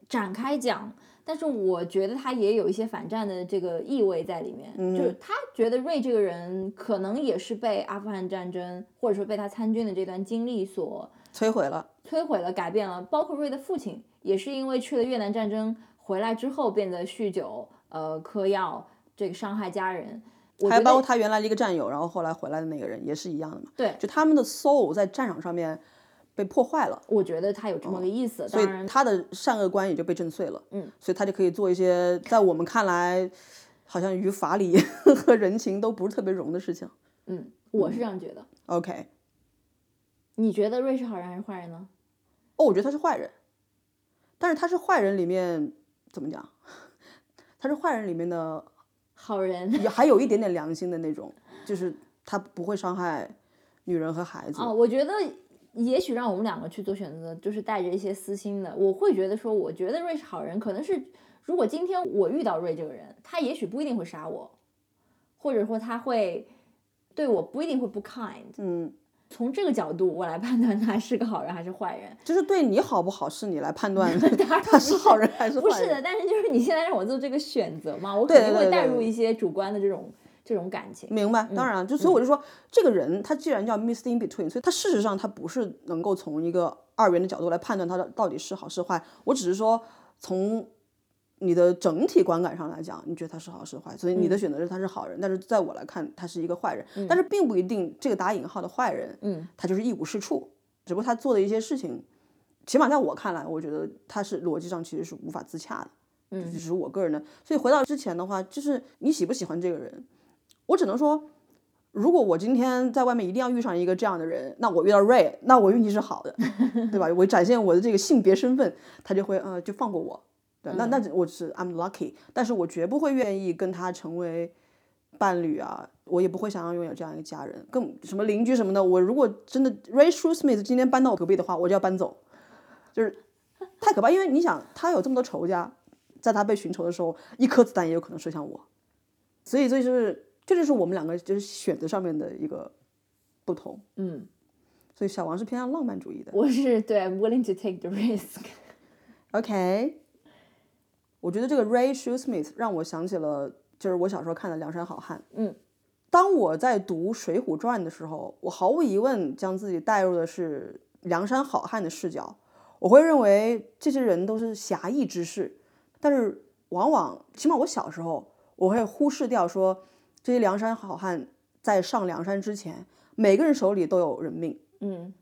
B: 展开讲，但是我觉得他也有一些反战的这个意味在里面。
A: 嗯
B: 就是他觉得瑞这个人可能也是被阿富汗战争，或者说被他参军的这段经历所
A: 摧毁了，
B: 摧毁了、改变了。包括瑞的父亲也是因为去了越南战争回来之后变得酗酒、呃嗑药，这个伤害家人。我
A: 还
B: 觉
A: 有包括
B: 得
A: 他原来的一个战友，然后后来回来的那个人也是一样的嘛。
B: 对，
A: 就他们的 soul 在战场上面被破坏了，
B: 我觉得他有这么个意思。
A: 哦所
B: 当然
A: 以，他的善恶观也就被震碎了。
B: 嗯，
A: 所以他就可以做一些在我们看来好像与法理 [laughs] 和人情都不是特别容的事情。
B: 嗯，我是这样觉得。
A: OK，
B: 你觉得瑞是好人还是坏人呢？
A: 哦，我觉得他是坏人，但是他是坏人里面怎么讲？ [laughs] 他是坏人里面的
B: 好人
A: [laughs] 也还有一点点良心的那种，就是他不会伤害女人和孩子。
B: 啊、我觉得也许让我们两个去做选择，就是带着一些私心的。我会觉得说，我觉得瑞是好人，可能是如果今天我遇到瑞这个人，他也许不一定会杀我，或者说他会对我不一定会不 kind。
A: 嗯，
B: 从这个角度，我来判断他是个好人还是坏人。
A: 就是对你好不好是你来判断
B: [laughs] 当然
A: 他是好人还是
B: 不
A: 坏
B: 是的，
A: 人。
B: 但是就是你现在让我做这个选择嘛，我
A: 对
B: 肯定
A: 对
B: 会
A: 对
B: 带
A: 对
B: 入一些主观的这种这种感情。嗯
A: 明白，当然，就所以我就说，这个人他既然叫 missed in between，所以他事实上他不是能够从一个二元的角度来判断他的到底是好是坏。我只是说，从你的整体观感上来讲，你觉得他是好是坏，所以你
B: 嗯
A: 的选择是他是好人，但是在我来看，他是一个坏人。但是并不一定这个打引号的坏人，
B: 嗯，
A: 他就是一无是处。只不过他做的一些事情，起码在我看来，我觉得他是逻辑上其实是无法自洽的。嗯，只是我个人的。所以回到之前的话，就是你喜不喜欢这个人，我只能说，如果我今天在外面一定要遇上一个这样的人，那我遇到 Ray，那我运气是好的，对吧？我展现我的这个性别身份，他就会呃就放过我。对，那那我是 I'm lucky，但是我绝不会愿意跟他成为伴侣啊，我也不会想要拥有这样一个家人，更什么邻居什么的，我如果真的 Ray Shoesmith 今天搬到我隔壁的话，我就要搬走，就是太可怕，因为你想他有这么多仇家，在他被寻仇的时候，一颗子弹也有可能射向我，所以这就是这就是我们两个就是选择上面的一个不同，
B: 嗯，
A: 所以小王是偏向浪漫主义的
B: 我是对 willing to take the risk。
A: ，OK，我觉得这个 Ray Shoesmith 让我想起了就是我小时候看的《梁山好汉》。
B: 嗯
A: 当我在读《水浒传》的时候，我毫无疑问将自己带入的是梁山好汉的视角。我会认为这些人都是侠义之士，但是往往，起码我小时候，我会忽视掉说这些梁山好汉在上梁山之前，每个人手里都有人命。
B: 嗯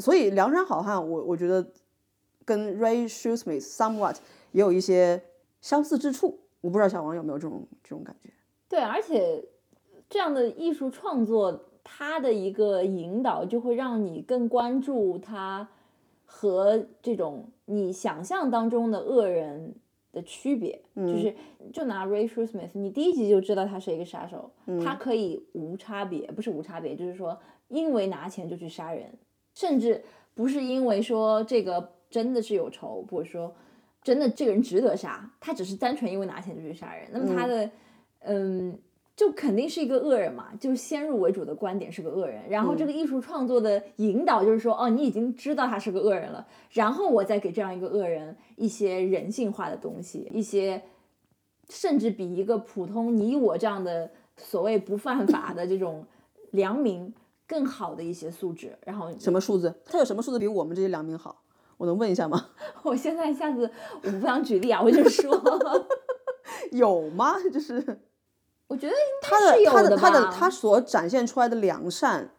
A: 所以梁山好汉我，我觉得跟 Ray Shoesmith somewhat 也有一些相似之处。我不知道小王有没有这种这种感觉。
B: 对，而且这样的艺术创作，它的一个引导就会让你更关注它和这种你想象当中的恶人的区别。就是就拿 Ray Shoesmith，你第一集就知道他是一个杀手，他可以无差别，不是无差别，就是说因为拿钱就去杀人，甚至不是因为说这个真的是有仇，或者说真的这个人值得杀，他只是单纯因为拿钱就去杀人。那么他的，嗯就肯定是一个恶人嘛，就是先入为主的观点是个恶人，然后这个艺术创作的引导就是说，哦，你已经知道他是个恶人了，然后我再给这样一个恶人一些人性化的东西，一些甚至比一个普通你我这样的所谓不犯法的这种良民更好的一些素质，然后
A: 什么数字？他有什么数字比我们这些良民好？我能问一下吗？ [laughs]
B: 我现在一下子我不想举例啊，我就说， [laughs]
A: 有吗？就是
B: 我觉得
A: 他的
B: 应该是有
A: 他的
B: 吧。
A: 他的他所展现出来的良善，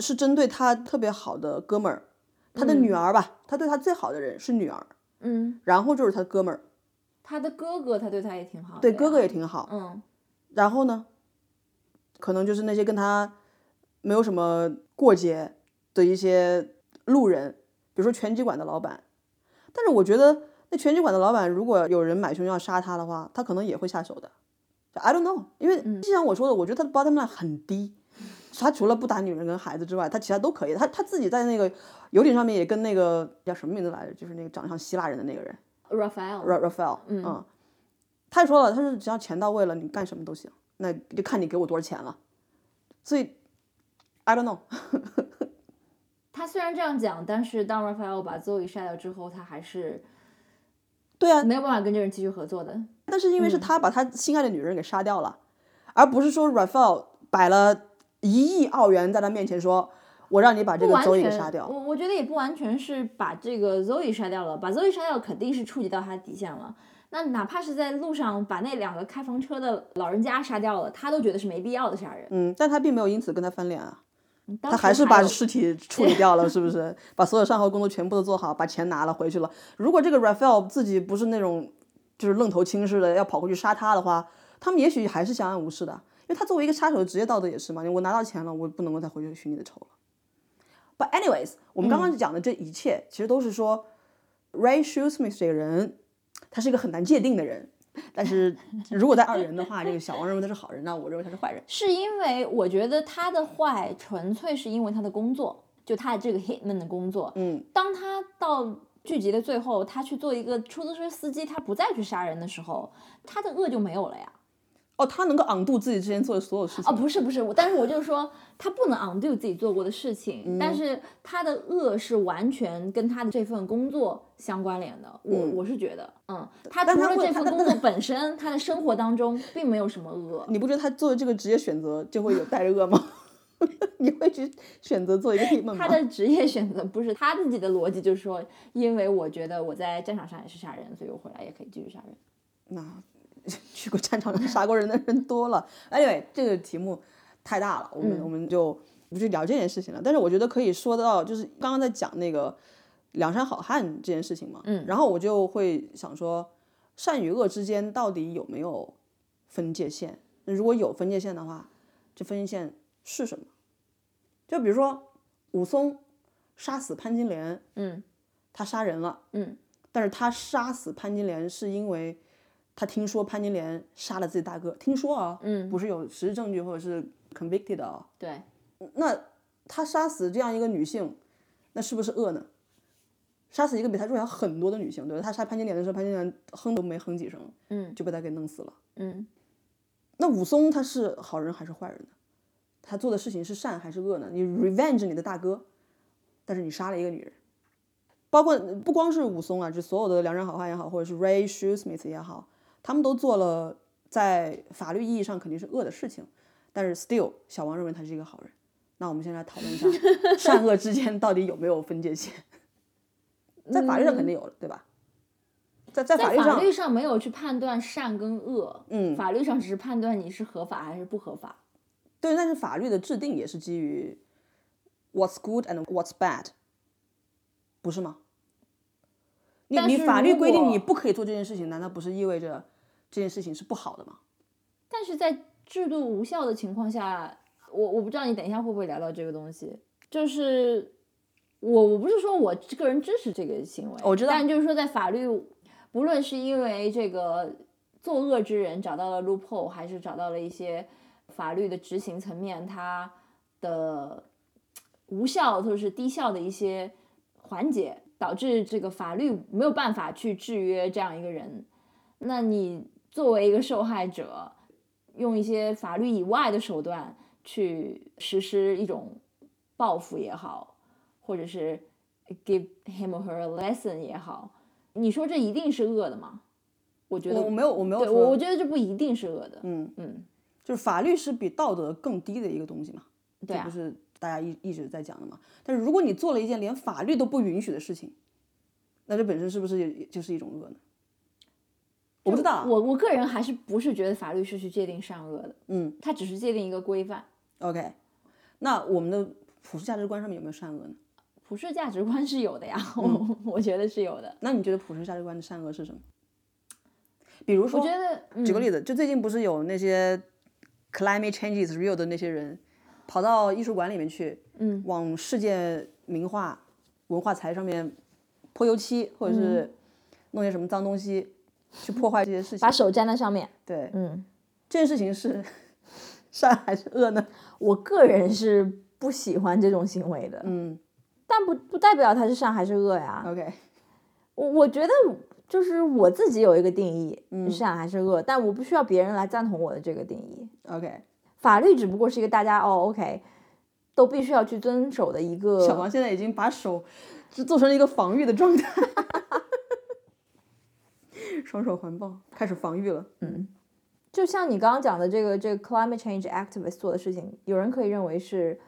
A: 是针对他特别好的哥们儿，他的女儿吧，他对他最好的人是女儿，
B: 嗯，
A: 然后就是他哥们儿，
B: 他的哥哥，他对他也挺好的。
A: 对哥哥，也挺好。
B: 嗯
A: 然后呢，可能就是那些跟他没有什么过节的一些路人，比如说拳击馆的老板。但是我觉得那拳击馆的老板，如果有人买凶要杀他的话，他可能也会下手的。就 I don't know，因为就像我说的，我觉得他的 bottom line 很低。他除了不打女人跟孩子之外，他其他都可以。他他自己在那个游艇上面也跟那个叫什么名字来着，就是那个长得像希腊人的那个人
B: ，Raphael，
A: Ra- Raphael，嗯他说了，他说只要钱到位了，你干什么都行，那就看你给我多少钱了。所以，I don't know，
B: 他虽然这样讲，但是当 Raphael 把 Zoe 杀掉之后，他还是
A: 对啊，
B: 没有办法跟这个人继续合作的。
A: 但是因
B: 嗯
A: 为是他把他心爱的女人给杀掉了，而不是说 Raphael 摆了一亿澳元在他面前说，我让你把这
B: 不
A: 个
B: 完
A: Zoe
B: 全
A: 给杀掉。
B: 我我觉得也不完全是把这个 Zoe 杀掉了，把 Zoe 杀掉肯定是触及到他底线了。那哪怕是在路上把那两个开房车的老人家杀掉了，他都觉得是没必要的杀人。
A: 嗯，但他并没有因此跟他翻脸啊，
B: 当
A: 他
B: 时
A: 还是把
B: 有
A: 尸体处理掉了，是不
B: [laughs]
A: 是？把所有善后工作全部都做好，把钱拿了回去了。如果这个 Raphael 自己不是那种就是愣头青似的要跑过去杀他的话，他们也许还是相安无事的，因为他作为一个杀手的职业道德也是嘛，我拿到钱了，我不能够再回去寻你的仇了。But anyways，我们刚
B: 嗯
A: 刚讲的这一切，其实都是说 Ray Shoesmith 这个人，他是一个很难界定的人。但是如果在二元的话，这个小王认为他是好人，那我认为他是坏人。
B: 是因为我觉得他的坏纯粹是因为他的工作，就他的这个 hitman 的工作。
A: 嗯，
B: 当他到剧集的最后，他去做一个出租车司机，他不再去杀人的时候，他的恶就没有了呀。
A: 哦，他能够 undo 自己之前做的所有事情。
B: 哦，不是不是，我但是我就是说，他不能 undo 自己做过的事情，
A: 嗯
B: 但是他的恶是完全跟他的这份工作相关联的。我、我是觉得，嗯，他
A: 但
B: 除
A: 他
B: 了
A: 会
B: 这份
A: 他
B: 工作本身，他的生活当中并没有什么恶。
A: 你不觉得他做的这个职业选择就会有带着恶吗？ [laughs] 你会去选择做一个 hitman
B: 他
A: 吗？
B: 的职业选择不是他自己的逻辑，就是说，因为我觉得我在战场上也是杀人，所以我回来也可以继续杀人。
A: 那去过战场上杀过人的人多了。Anyway，这 [laughs] 个题目太大了，我
B: 嗯
A: 们、我们就不去聊这件事情了。但是我觉得可以说到，就是刚刚在讲那个梁山好汉这件事情嘛，嗯，然后我就会想说，善与恶之间到底有没有分界线？那如果有分界线的话，这分界线是什么？就比如说武松杀死潘金莲，
B: 嗯，
A: 他杀人了，
B: 嗯，
A: 但是他杀死潘金莲是因为他听说潘金莲杀了自己大哥，听说啊，
B: 嗯，
A: 不是有实质证据或者是 convicted 的啊，
B: 对，
A: 那他杀死这样一个女性，那是不是恶呢？杀死一个比他弱小很多的女性，对吧？他杀潘金莲的时候，潘金莲哼都没哼几声，
B: 嗯
A: 就被他给弄死了。
B: 嗯
A: 那武松他是好人还是坏人呢？他做的事情是善还是恶呢？你 revenge 你的大哥，但是你杀了一个女人，包括不光是武松啊，就所有的良人好汉也好，或者是 Ray Shoesmith 也好，他们都做了在法律意义上肯定是恶的事情，但是 still 小王认为他是一个好人。那我们现在来讨论一 [laughs] 下善恶之间到底有没有分界线？在法律上肯定有了，对吧？在在法
B: 在
A: 律
B: 法
A: 上，
B: 律上没有去判断善跟恶，
A: 嗯，
B: 法律上只是判断你是合法还是不合法。
A: 对，但是法律的制定也是基于 what's good and what's bad，不是吗？你
B: 但
A: 你
B: 是
A: 法律
B: 如
A: 规定
B: 果
A: 你不可以做这件事情，难道不是意味着这件事情是不好的吗？
B: 但是在制度无效的情况下，我我不知道你等一下会不会聊到这个东西，就是我我不是说我个人支持这个行为，
A: 我知道
B: 但就是说在法律，不论是因为这个作恶之人找到了 loophole，还是找到了一些法律的执行层面它的无效或者是低效的一些环节，导致这个法律没有办法去制约这样一个人。那你作为一个受害者，用一些法律以外的手段去实施一种报复也好，或者是 give him or her a lesson 也好，你说这一定是恶的吗？我觉
A: 我
B: 得
A: 我没有我没有
B: 对我，
A: 说，
B: 我觉得这不一定是恶的。
A: 嗯，
B: 嗯，
A: 就是法律是比道德更低的一个东西嘛，
B: 对
A: 这
B: 啊
A: 不，是大家一一直在讲的嘛？但是如果你做了一件连法律都不允许的事情，那这本身是不是也就是一种恶呢？我不知道啊，
B: 我我个人还是不是觉得法律是去界定善恶的，
A: 嗯
B: 它只是界定一个规范。
A: ，OK，那我们的普世价值观上面有没有善恶呢？
B: 普世价值观是有的呀，
A: 嗯
B: 我我觉得是有的。
A: 那你觉得普世价值观的善恶是什么？比如
B: 我
A: 说
B: 觉，得，嗯、
A: 举个例子，就最近不是有那些 climate change is real 的那些人，跑到艺术馆里面去，
B: 嗯，
A: 往世界名画、文化财上面泼油漆，或者
B: 嗯
A: 是弄些什么脏东西，去破坏这些事情
B: 把。手粘在上面，
A: 对，
B: 嗯，
A: 这件事情是 [laughs] 善还是恶呢？
B: 我个人是不喜欢这种行为的，
A: 嗯
B: 但不不代表它是善还是恶呀。
A: ，OK，
B: 我我觉得就是我自己有一个定义，善还是恶，但我不需要别人来赞同我的这个定义。
A: OK，
B: 法律只不过是一个大家哦，OK，都必须要去遵守的一个。
A: 小王现在已经把手就做成了一个防御的状态，双手环抱，开始防御了。
B: 嗯就像你刚刚讲的这个这个 climate change activist 做的事情，有人可以认为是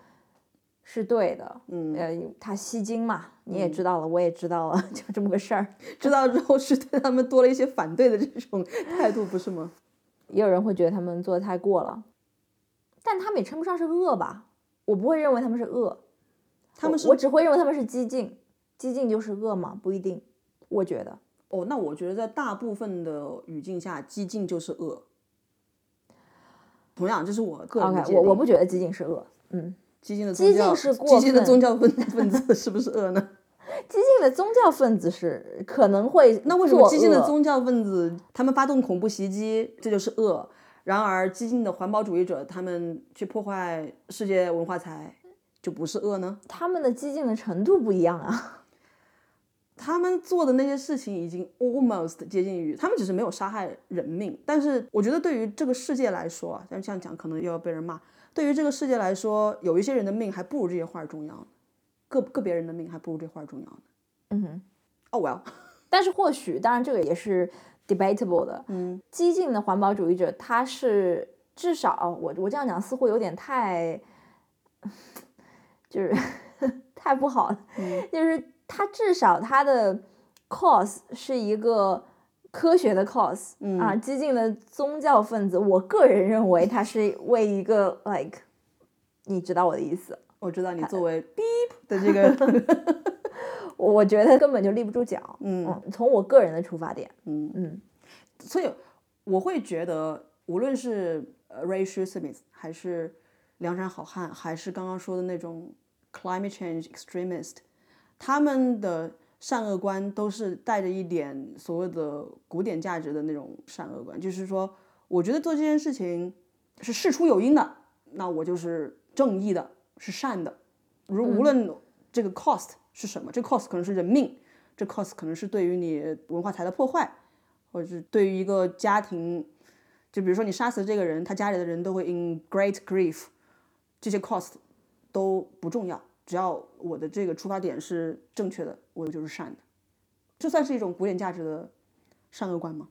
B: 是对的，
A: 嗯
B: 呃，他吸金嘛，你也知道了，我也知道了， [laughs] 就这么个事儿。
A: 知道之后是对他们多了一些反对的这种态度，不是吗？
B: 也有人会觉得他们做的太过了，但他们也称不上是恶吧？我不会认为他们是恶，
A: 他们是
B: 我我只会认为他们是激进，激进就是恶吗？不一定，我觉得。
A: 哦，那我觉得在大部分的语境下，激进就是恶。同样，这是我个人的
B: OK，
A: 界
B: 我我
A: 定
B: 不觉得激进是恶，嗯，
A: 激进的
B: 激
A: 宗教
B: 进是过
A: 激进的
B: 分
A: 宗教分分子 [laughs] 是不是恶呢？
B: 激进的宗教分子是可能会
A: 那为什么激进的
B: 作恶
A: 宗教分子他们发动恐怖袭击，这就是恶？然而，激进的环保主义者他们去破坏世界文化财，就不是恶呢？
B: 他们的激进的程度不一样啊？ [laughs]
A: 他们做的那些事情已经 almost 接近于，他们只是没有杀害人命。但是我觉得对于这个世界来说啊，但这样讲可能又要被人骂。对于这个世界来说，有一些人的命还不如这些画儿重要呢，个个别人的命还不如这画儿重要呢。
B: 嗯哼，
A: 哦、well，
B: 但是或许，当然这个也是 debatable 的，
A: 嗯
B: 激进的环保主义者，他是至少哦我我这样讲似乎有点太，就是 [laughs] 太不好了，
A: 嗯
B: [laughs] 就是他至少他的 cause 是一个科学的 cause、啊，
A: 嗯
B: 激进的宗教分子，我个人认为他是为一个 like，你知道我的意思，
A: 我知道你作为 beep 的这个，
B: 我我觉得根本就立不住脚，
A: 嗯
B: 嗯，从我个人的出发点，
A: 嗯，
B: 嗯，
A: 所以我会觉得，无论是呃 Ray s h u s m i t h 还是梁山好汉，还是刚刚说的那种 climate change extremist，他们的善恶观都是带着一点所谓的古典价值的那种善恶观，就是说，我觉得做这件事情是事出有因的，那我就是正义的，是善的。如无论这个 cost 是什么，这 cost 可能是人命，这 cost 可能是对于你文化财的破坏，或者是对于一个家庭，就比如说你杀死这个人，他家里的人都会 in great grief，这些 cost 都不重要，只要我的这个出发点是正确的，我就是善的，这算是一种古典价值的善恶观吗？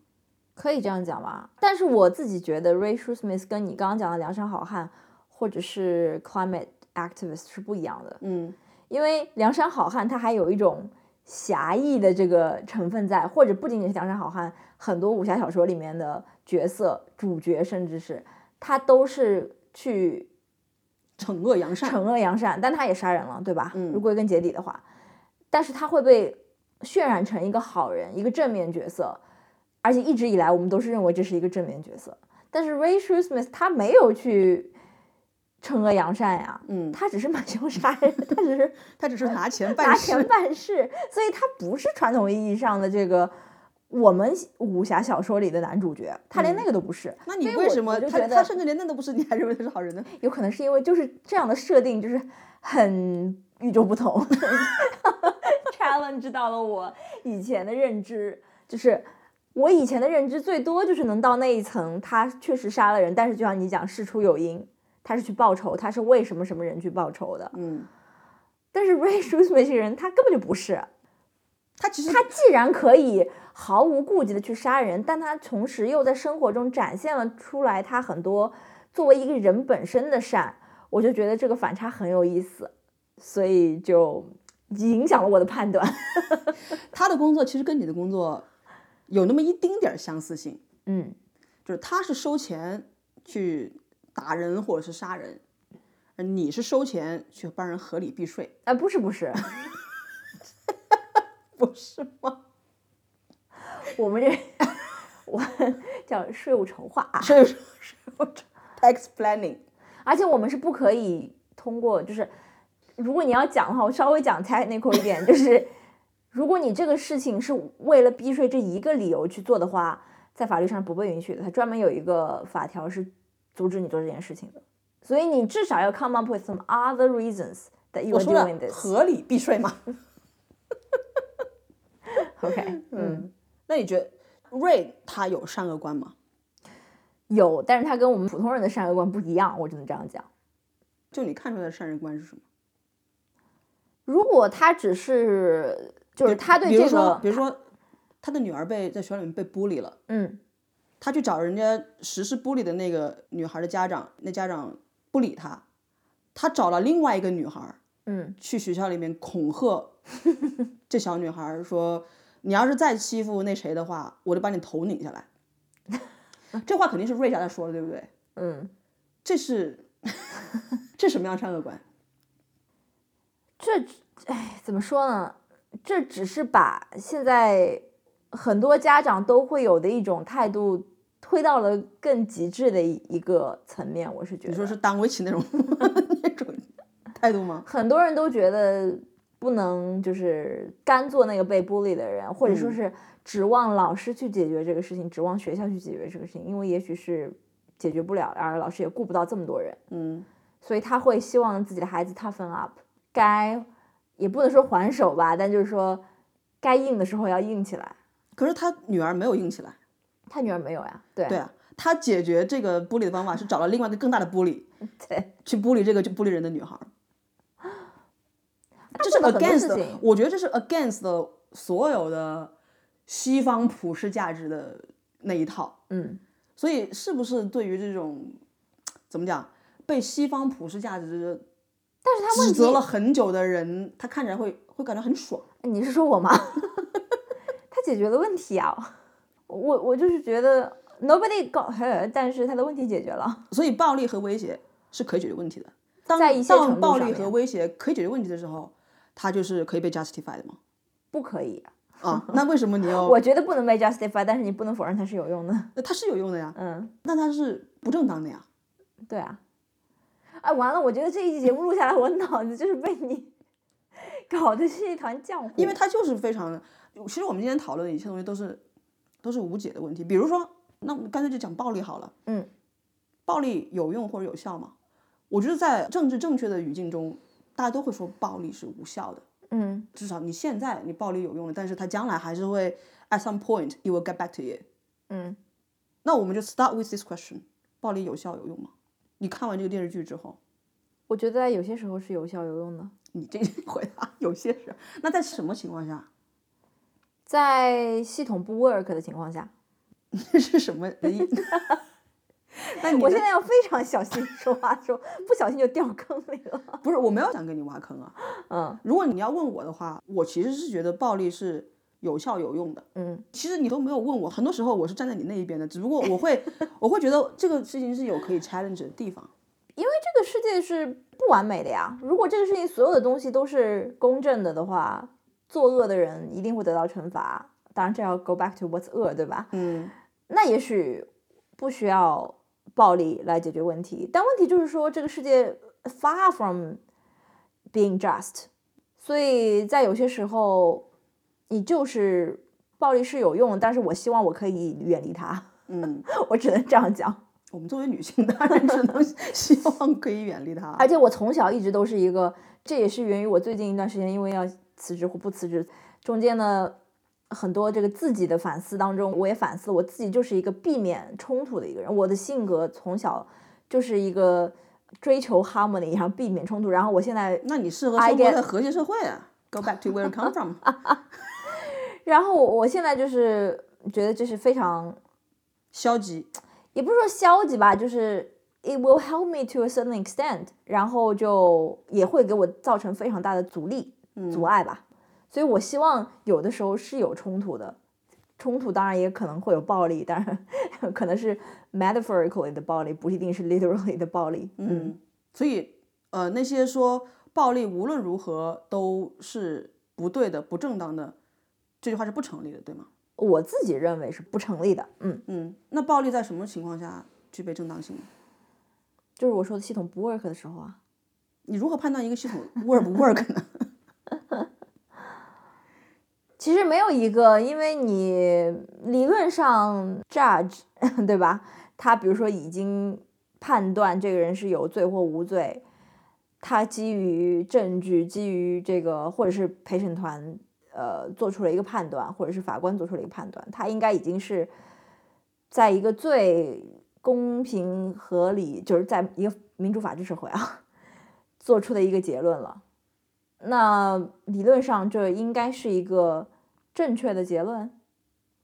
B: 可以这样讲吧。但是我自己觉得 Ray s h u s m i t h 跟你刚刚讲的梁山好汉或者是 climate activist 是不一样的，
A: 嗯
B: 因为梁山好汉它还有一种侠义的这个成分在，或者不仅仅是梁山好汉，很多武侠小说里面的角色主角甚至是他都是去
A: 惩恶扬善，
B: 惩恶扬善，但他也杀人了，对吧？
A: 嗯
B: 如果归根结底的话，但是他会被渲染成一个好人，一个正面角色，而且一直以来我们都是认为这是一个正面角色。但是 Ray s h u s m i t h 他没有去惩恶扬善呀，
A: 嗯，
B: 他只是买凶杀人，他只是
A: 他只是拿钱
B: 呃
A: [laughs]
B: 拿
A: 办事，
B: 钱办事，所以他不是传统意义上的这个。我们武侠小说里的男主角，
A: 嗯
B: 他连那个都不是。
A: 那你
B: 所以
A: 为
B: 我
A: 什么
B: 我就
A: 他
B: 觉得
A: 他甚至连那都不是，你还认为他是好人呢？
B: 有可能是因为就是这样的设定就是很与众不同 [laughs] ，challenge 到了我以前的认知，就是我以前的认知最多就是能到那一层，他确实杀了人，但是就像你讲，事出有因，他是去报仇，他是为什么什么人去报仇的。
A: 嗯，
B: 但是 [laughs] Ray s h u s m i 这个人，他根本就不是，
A: 他其实
B: 他既然可以毫无顾忌的去杀人，但他同时又在生活中展现了出来他很多作为一个人本身的善，我就觉得这个反差很有意思，所以就影响了我的判断。 [laughs]
A: 他的工作其实跟你的工作有那么一丁点儿相似性，
B: 嗯
A: 就是他是收钱去打人或者是杀人，而你是收钱去帮人合理避税，
B: 啊、不是不是，
A: 不是吗？ [laughs]
B: 我们这 [laughs] 我 [laughs] 叫税务筹划啊，
A: 所以说是我 [laughs] tax planning，
B: 而且我们是不可以通过，就是如果你要讲的话，我稍微讲 technical 一点， [laughs] 就是如果你这个事情是为了避税这一个理由去做的话，在法律上不被允许的，它专门有一个法条是阻止你做这件事情的，所以你至少要 come up with some other reasons that you
A: 我
B: are
A: 说
B: doing
A: [laughs] 了
B: this。
A: 合理避税嘛。
B: OK，嗯，
A: 嗯，那你觉得 Ray 他有善恶观吗？
B: 有，但是它跟我们普通人的善恶观不一样，我只能这样讲。
A: 就你看出来的善人观是什么？
B: 如果他只是就是他对
A: 比如
B: 这
A: 说，
B: 个
A: 比，如说他的女儿被在学校里面被 bully 了。
B: 嗯，
A: 他去找人家实施bully 的那个女孩的家长，那家长不理他，他找了另外一个女孩，
B: 嗯，
A: 去学校里面恐吓这小女孩说：“你要是再欺负那谁的话，我就把你头拧下来。” [laughs] 这话肯定是瑞莎在说的，对不对？
B: 嗯，
A: 这是 [laughs] 这什么样的善恶观？
B: 这，哎，怎么说呢？这只是把现在很多家长都会有的一种态度推到了更极致的一一个层面。我是觉
A: 你
B: 得，
A: 说是当维奇那种 [laughs] 那种态度吗？
B: 很多人都觉得不能就是干做那个被 bully 的人，或者说
A: 嗯
B: 是指望老师去解决这个事情，指望学校去解决这个事情，因为也许是解决不了，而老师也顾不到这么多人。
A: 嗯
B: 所以他会希望自己的孩子 toughen up，该也不能说还手吧，但就是说该硬的时候要硬起来。
A: 可是他女儿没有硬起来。
B: 他女儿没有呀，对
A: 对啊，他解决这个玻璃的方法是找了另外一个更大的玻璃，
B: 对，
A: 去玻璃这个就玻璃人的女孩儿，这是
B: 做了很多
A: against，
B: 事
A: 的
B: 情
A: 我觉得这是 against 的所有的西方普世价值的那一套，
B: 嗯，
A: 所以是不是对于这种怎么讲被西方普世价值
B: 但是他
A: 指
B: 问
A: 责了
B: 题，
A: 很久的人，他看起来会会感觉很爽？
B: 你是说我吗？ [laughs] 他解决了问题啊，我我就是觉得 nobody got her，但是他的问题解决了，
A: 所以暴力和威胁是可以解决问题的。当
B: 在一些程
A: 当
B: 度
A: 暴
B: 上
A: 力和
B: 面
A: 威胁可以解决问题的时候，它就是可以被 justify 的吗？
B: 不可以啊， [laughs]
A: 啊，那为什么你要？
B: 我觉得不能被 justify，但是你不能否认它是有用的。
A: 那它是有用的呀，
B: 嗯，
A: 但它是不正当的呀。
B: 对啊。哎，完了，我觉得这一期节目录下来，我脑子就是被你 [laughs] 搞的是一团浆糊。
A: 因为它就是非常的。其实我们今天讨论的一切东西都是都是无解的问题。比如说，那我们干脆就讲暴力好了。
B: 嗯，
A: 暴力有用或者有效吗？我觉得在政治正确的语境中，大家都会说暴力是无效的。
B: 嗯
A: 至少你现在你暴力有用了，但是它将来还是会 at some point it will get back to you。
B: 嗯
A: 那我们就 start with this question：暴力有效有用吗？你看完这个电视剧之后，
B: 我觉得在有些时候是有效有用的，
A: 你这 [laughs] 回答有些是。那在什么情况下？
B: 在系统不 work 的情况下，
A: [laughs] 这是什么的意？ [laughs] 那你
B: 我
A: 的
B: 现在要非常小心 [laughs] 说话的时候，不小心就掉坑里
A: [laughs]
B: 了。
A: 不是我没有想跟你挖坑啊。
B: 嗯
A: 如果你要问我的话，我其实是觉得暴力是有效有用的。
B: 嗯
A: 其实你都没有问我，很多时候我是站在你那一边的，只不过我会我会觉得这个事情是有可以 challenge 的地方。
B: 因为这个世界是不完美的呀。如果这个世界所有的东西都是公正的的话，作恶的人一定会得到惩罚。当然，这要 go back to what's 恶，对吧？
A: 嗯，
B: 那也许不需要暴力来解决问题，但问题就是说，这个世界 far from being just，所以在有些时候，你就是暴力是有用的，但是我希望我可以远离它， [laughs]
A: 嗯，
B: 我只能这样讲。
A: 我们作为女性，当然只能 [laughs] 希望可以远离他。
B: 而且我从小一直都是一个，这也是源于我最近一段时间因为要辞职或不辞职，中间呢很多这个自己的反思当中，我也反思了我自己就是一个避免冲突的一个人。我的性格从小就是一个追求 harmony，然后避免冲突，然后我现在，
A: 那你适合
B: I
A: 生活
B: get-
A: 在和谐社会啊。Go back to where you come
B: [laughs]
A: from 。
B: 然后我现在就是觉得这是非常，
A: 消极，
B: 也不是说消极吧，就是 it will help me to a certain extent，然后就也会给我造成非常大的阻力。阻
A: 嗯，
B: 碍吧。所以我希望有的时候是有冲突的，冲突当然也可能会有暴力，当然可能是 metaphorically 的暴力，不一定是 literally 的暴力。
A: 嗯，所以呃，那些说暴力无论如何都是不对的、不正当的，这句话是不成立的，对吗？
B: 我自己认为是不成立的。嗯，
A: 嗯，那暴力在什么情况下具备正当性呢？
B: 就是我说的系统不 work 的时候啊，
A: 你如何判断一个系统 work 不 work 呢？ [laughs]
B: 其实没有一个，因为你理论上 judge [laughs] 对吧？他比如说已经判断这个人是有罪或无罪，他基于证据，基于这个或者是陪审团呃做出了一个判断，或者是法官做出了一个判断，他应该已经是在一个最公平合理，就是在一个民主法治社会啊，做出的一个结论了。那理论上这应该是一个正确的结论，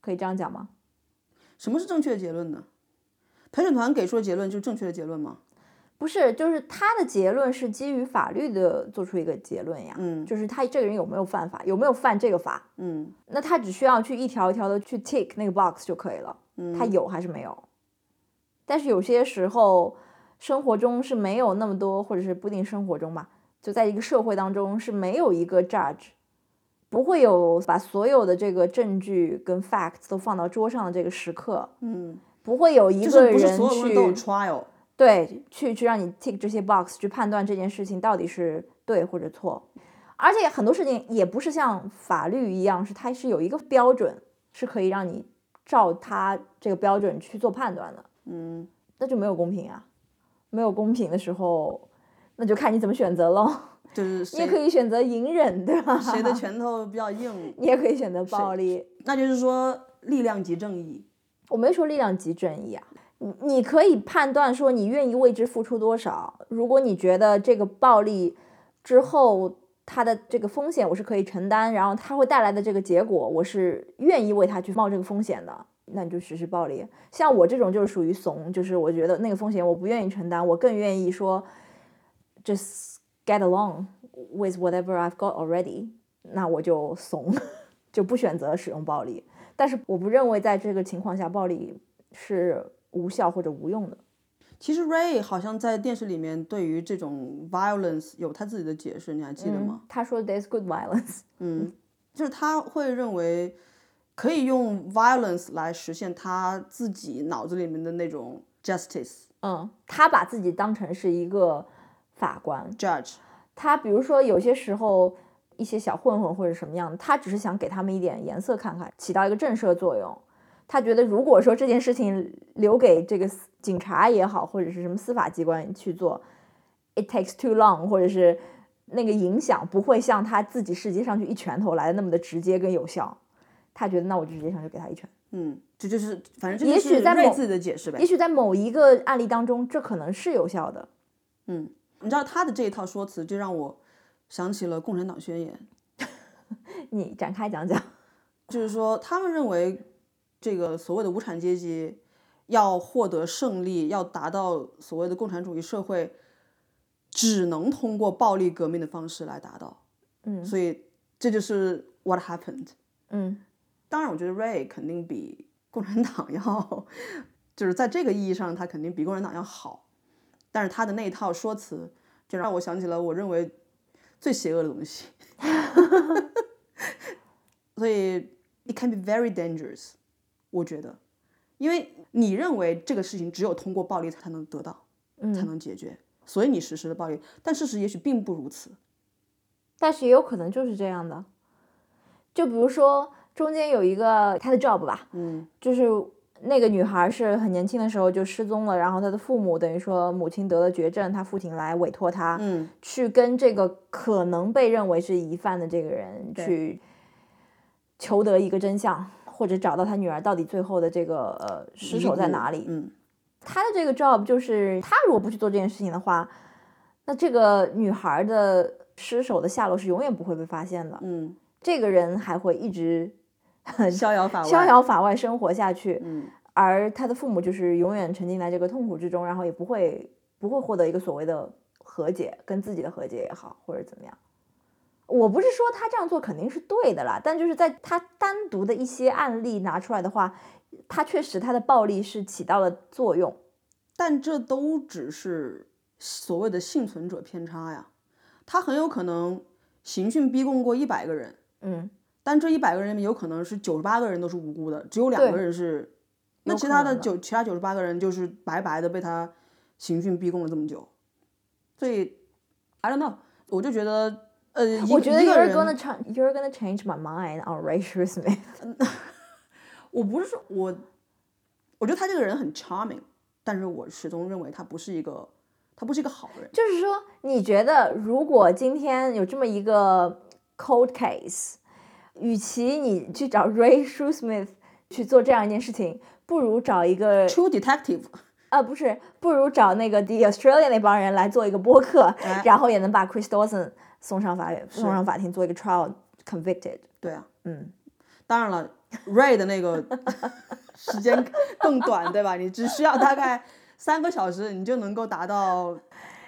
B: 可以这样讲吗？
A: 什么是正确的结论呢？陪审团给出的结论就是正确的结论吗？
B: 不是，就是他的结论是基于法律的做出一个结论呀，
A: 嗯
B: 就是他这个人有没有犯法，有没有犯这个法，
A: 嗯
B: 那他只需要去一条一条的去 tick 那个 box 就可以了，
A: 嗯，
B: 他有还是没有。但是有些时候生活中是没有那么多，或者是不一定生活中吧，就在一个社会当中是没有一个 judge，不会有把所有的这个证据跟 facts 都放到桌上的这个时刻，
A: 嗯，
B: 不会有一
A: 就
B: 个
A: 是
B: 人
A: 不
B: 去
A: 是所有东西都有 trial。
B: 对，去去让你 tick 这些 box，去判断这件事情到底是对或者错。而且很多事情也不是像法律一样，是它是有一个标准，是可以让你照它这个标准去做判断的，
A: 嗯，
B: 那就没有公平啊。没有公平的时候，那就看你怎么选择喽。
A: 就是
B: [laughs] 你
A: 谁
B: 也可以选择隐忍，对吧？
A: 谁的拳头比较
B: [laughs]
A: 硬，
B: 你也可以选择暴力。
A: 那就是说力量及正义。
B: 我没说力量及正义啊，你你可以判断说你愿意为之付出多少。如果你觉得这个暴力之后它的这个风险我是可以承担，然后它会带来的这个结果我是愿意为它去冒这个风险的，那你就实施暴力。像我这种就是属于怂，就是我觉得那个风险我不愿意承担，我更愿意说 just get along with whatever I've got already，那我就怂， [laughs] 就不选择使用暴力。但是我不认为在这个情况下暴力是无效或者无用的。
A: 其实 Ray 好像在电视里面对于这种 violence 有他自己的解释，你还记得吗？
B: 嗯他说 there's good violence，
A: 嗯，就是他会认为可以用 violence 来实现他自己脑子里面的那种 justice
B: 嗯，他把自己当成是一个法官，
A: judge，
B: 他比如说有些时候一些小混混或者什么样的，他只是想给他们一点颜色看看，起到一个震慑作用。他觉得如果说这件事情留给这个司警察也好，或者是什么司法机关去做，it takes too long，或者是那个影响不会像他自己实际上去一拳头来的那么的直接跟有效。他觉得那我就直接上去给他一拳。
A: 嗯，这就是反正这就
B: 也
A: 是
B: 许在
A: 瑞
B: 某
A: 自己的解释呗
B: 也。许在某一个案例当中，这可能是有效的。
A: 嗯，你知道他的这一套说辞就让我想起了《共产党宣言》，
B: 你展开讲讲。
A: 就是说他们认为这个所谓的无产阶级要获得胜利，要达到所谓的共产主义社会，只能通过暴力革命的方式来达到。
B: 嗯
A: 所以这就是 what happened。
B: 嗯
A: 当然，我觉得 Ray 肯定比共产党 [laughs] 要，就是在这个意义上，他肯定比共产党要好。但是他的那一套说辞，就让我想起了我认为最邪恶的东西。 [laughs] 所以，it can be very dangerous，我觉得，因为你认为这个事情只有通过暴力才能得到，才
B: 嗯，
A: 能解决，所以你实施了暴力，但事实也许并不如此。
B: 但是也有可能就是这样的。就比如说中间有一个他的 job 吧，
A: 嗯
B: 就是那个女孩是很年轻的时候就失踪了，然后她的父母等于说母亲得了绝症，她父亲来委托她
A: 嗯
B: 去跟这个可能被认为是疑犯的这个人
A: 对
B: 去求得一个真相，或者找到他女儿到底最后的这个呃尸首在哪里。
A: 嗯
B: 他的这个 job 就是，他如果不去做这件事情的话，那这个女孩的尸首的下落是永远不会被发现的。
A: [laughs] 嗯，
B: 这个人还会一直
A: 逍遥法外。
B: 逍遥法外生活下去，
A: 嗯。
B: 而他的父母就是永远沉浸在这个痛苦之中，然后也不会不会获得一个所谓的和解，跟自己的和解也好，或者怎么样。我不是说他这样做肯定是对的啦，但就是在他单独的一些案例拿出来的话，他确实他的暴力是起到了作用。
A: 但这都只是所谓的幸存者偏差呀。他很有可能刑讯逼供过一百个人，
B: 嗯，
A: 但这一百个人里面有可能是九十八个人都是无辜的，只有两
B: 对
A: 个人是。那
B: 有
A: 其
B: 可
A: 他的
B: 能的
A: 九其他九十八个人就是白白的被他刑讯逼供了这么久，所以 I don't know，我就觉得呃，一
B: 我觉得
A: 一个
B: you're
A: 人
B: gonna cha- you're gonna change my mind on racial Smith。
A: 我不是说我，我觉得他这个人很 charming，但是我始终认为他不是一个他不是一个好人。
B: 就是说，你觉得如果今天有这么一个 cold case，与其你去找 Ray s h u s m i t h 去做这样一件事情，不如找一个
A: True detective，
B: 啊，不是，不如找那个 The Australia 那帮人来做一个播客，
A: 哎
B: 然后也能把 Chris Dawson 送上法院，送上法庭做一个 trial convicted。
A: 对啊，
B: 嗯，
A: 当然了，Ray 的那个时间更短，对吧？你只需要大概三个小时，你就能够达到，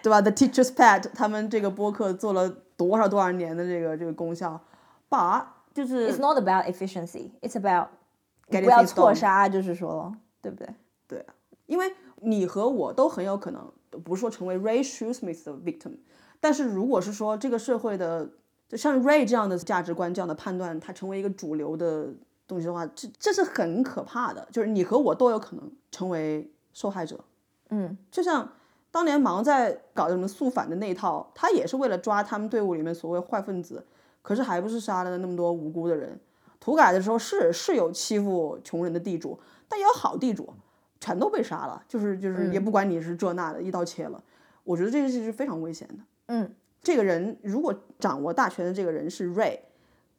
A: 对吧？The Teacher's Pet 他们这个播客做了多少多少年的这个这个功效，把就是
B: It's not about efficiency, it's about
A: 给
B: 不要错杀，就是说，对不对？
A: 对啊，因为你和我都很有可能不是说成为 Ray Shoesmith 的 victim，但是如果是说这个社会的，就像 Ray 这样的价值观、这样的判断，它成为一个主流的东西的话，这这是很可怕的。就是你和我都有可能成为受害者。
B: 嗯。
A: 就像当年芒在搞什么肃反的那一套，他也是为了抓他们队伍里面所谓坏分子，可是还不是杀了那么多无辜的人。土改的时候是是有欺负穷人的地主，但也有好地主，全都被杀了，就是就是
B: 嗯
A: 也不管你是这那的，一刀切了。我觉得这件事是非常危险的。
B: 嗯，
A: 这个人如果掌握大权的这个人是 Ray，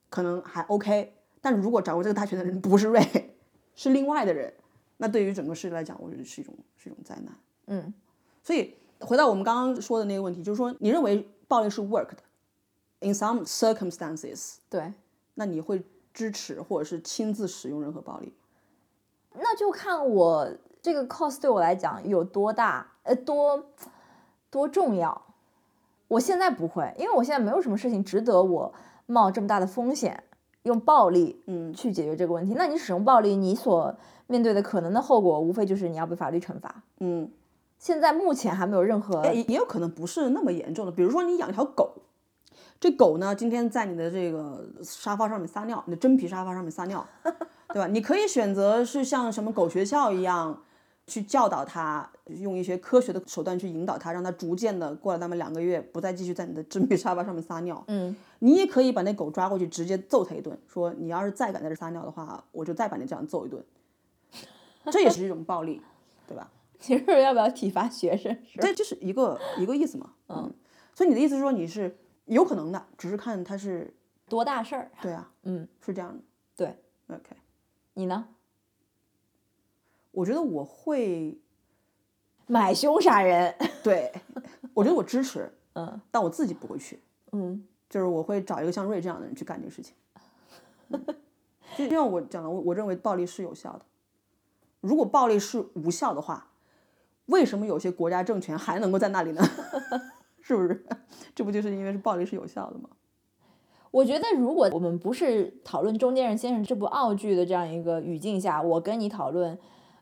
A: 可能还 OK，但如果掌握这个大权的人不是 Ray，是 [laughs] 另外的人，那对于整个世界来讲，我觉得是一种是一种灾难。
B: 嗯，
A: 所以回到我们刚刚说的那个问题，就是说你认为暴力是 work 的，in some circumstances，
B: 对，
A: 那你会支持或者是亲自使用任何暴力？
B: 那就看我这个 cost 对我来讲有多大，呃，多多重要。我现在不会，因为我现在没有什么事情值得我冒这么大的风险用暴力
A: 嗯
B: 去解决这个问题。那你使用暴力，你所面对的可能的后果，无非就是你要被法律惩罚。
A: 嗯，
B: 现在目前还没有任何
A: 哎也也有可能不是那么严重的，比如说你养条狗，这狗呢，今天在你的这个沙发上面撒尿，你的真皮沙发上面撒尿，对吧？你可以选择是像什么狗学校一样，去教导它，用一些科学的手段去引导它，让它逐渐的过了那么两个月，不再继续在你的真皮沙发上面撒尿。
B: 嗯，
A: 你也可以把那狗抓过去，直接揍它一顿，说你要是再敢在这撒尿的话，我就再把你这样揍一顿。这也是一种暴力，对吧？
B: 其实要不要体罚学生是吧？
A: 这就是一个一个意思
B: [laughs]
A: 嘛。嗯，所以你的意思是说你是有可能的，只是看它是
B: 多大事儿？
A: 对啊，
B: 嗯，
A: 是这样的。
B: 对
A: ，OK，
B: 你呢？
A: 我觉得我会，
B: 买凶杀人？ [laughs]
A: 对我觉得我支持，
B: 嗯
A: 但我自己不会去，
B: 嗯，
A: 就是我会找一个像瑞这样的人去干这个事情。嗯就就像我讲的，我我认为暴力是有效的。如果暴力是无效的话，为什么有些国家政权还能够在那里呢？ [laughs] 是不是？ [laughs] 这不就是因为是暴力是有效的吗？
B: 我觉得如果我们不是讨论《中间人先生》这部澳剧的这样一个语境下，我跟你讨论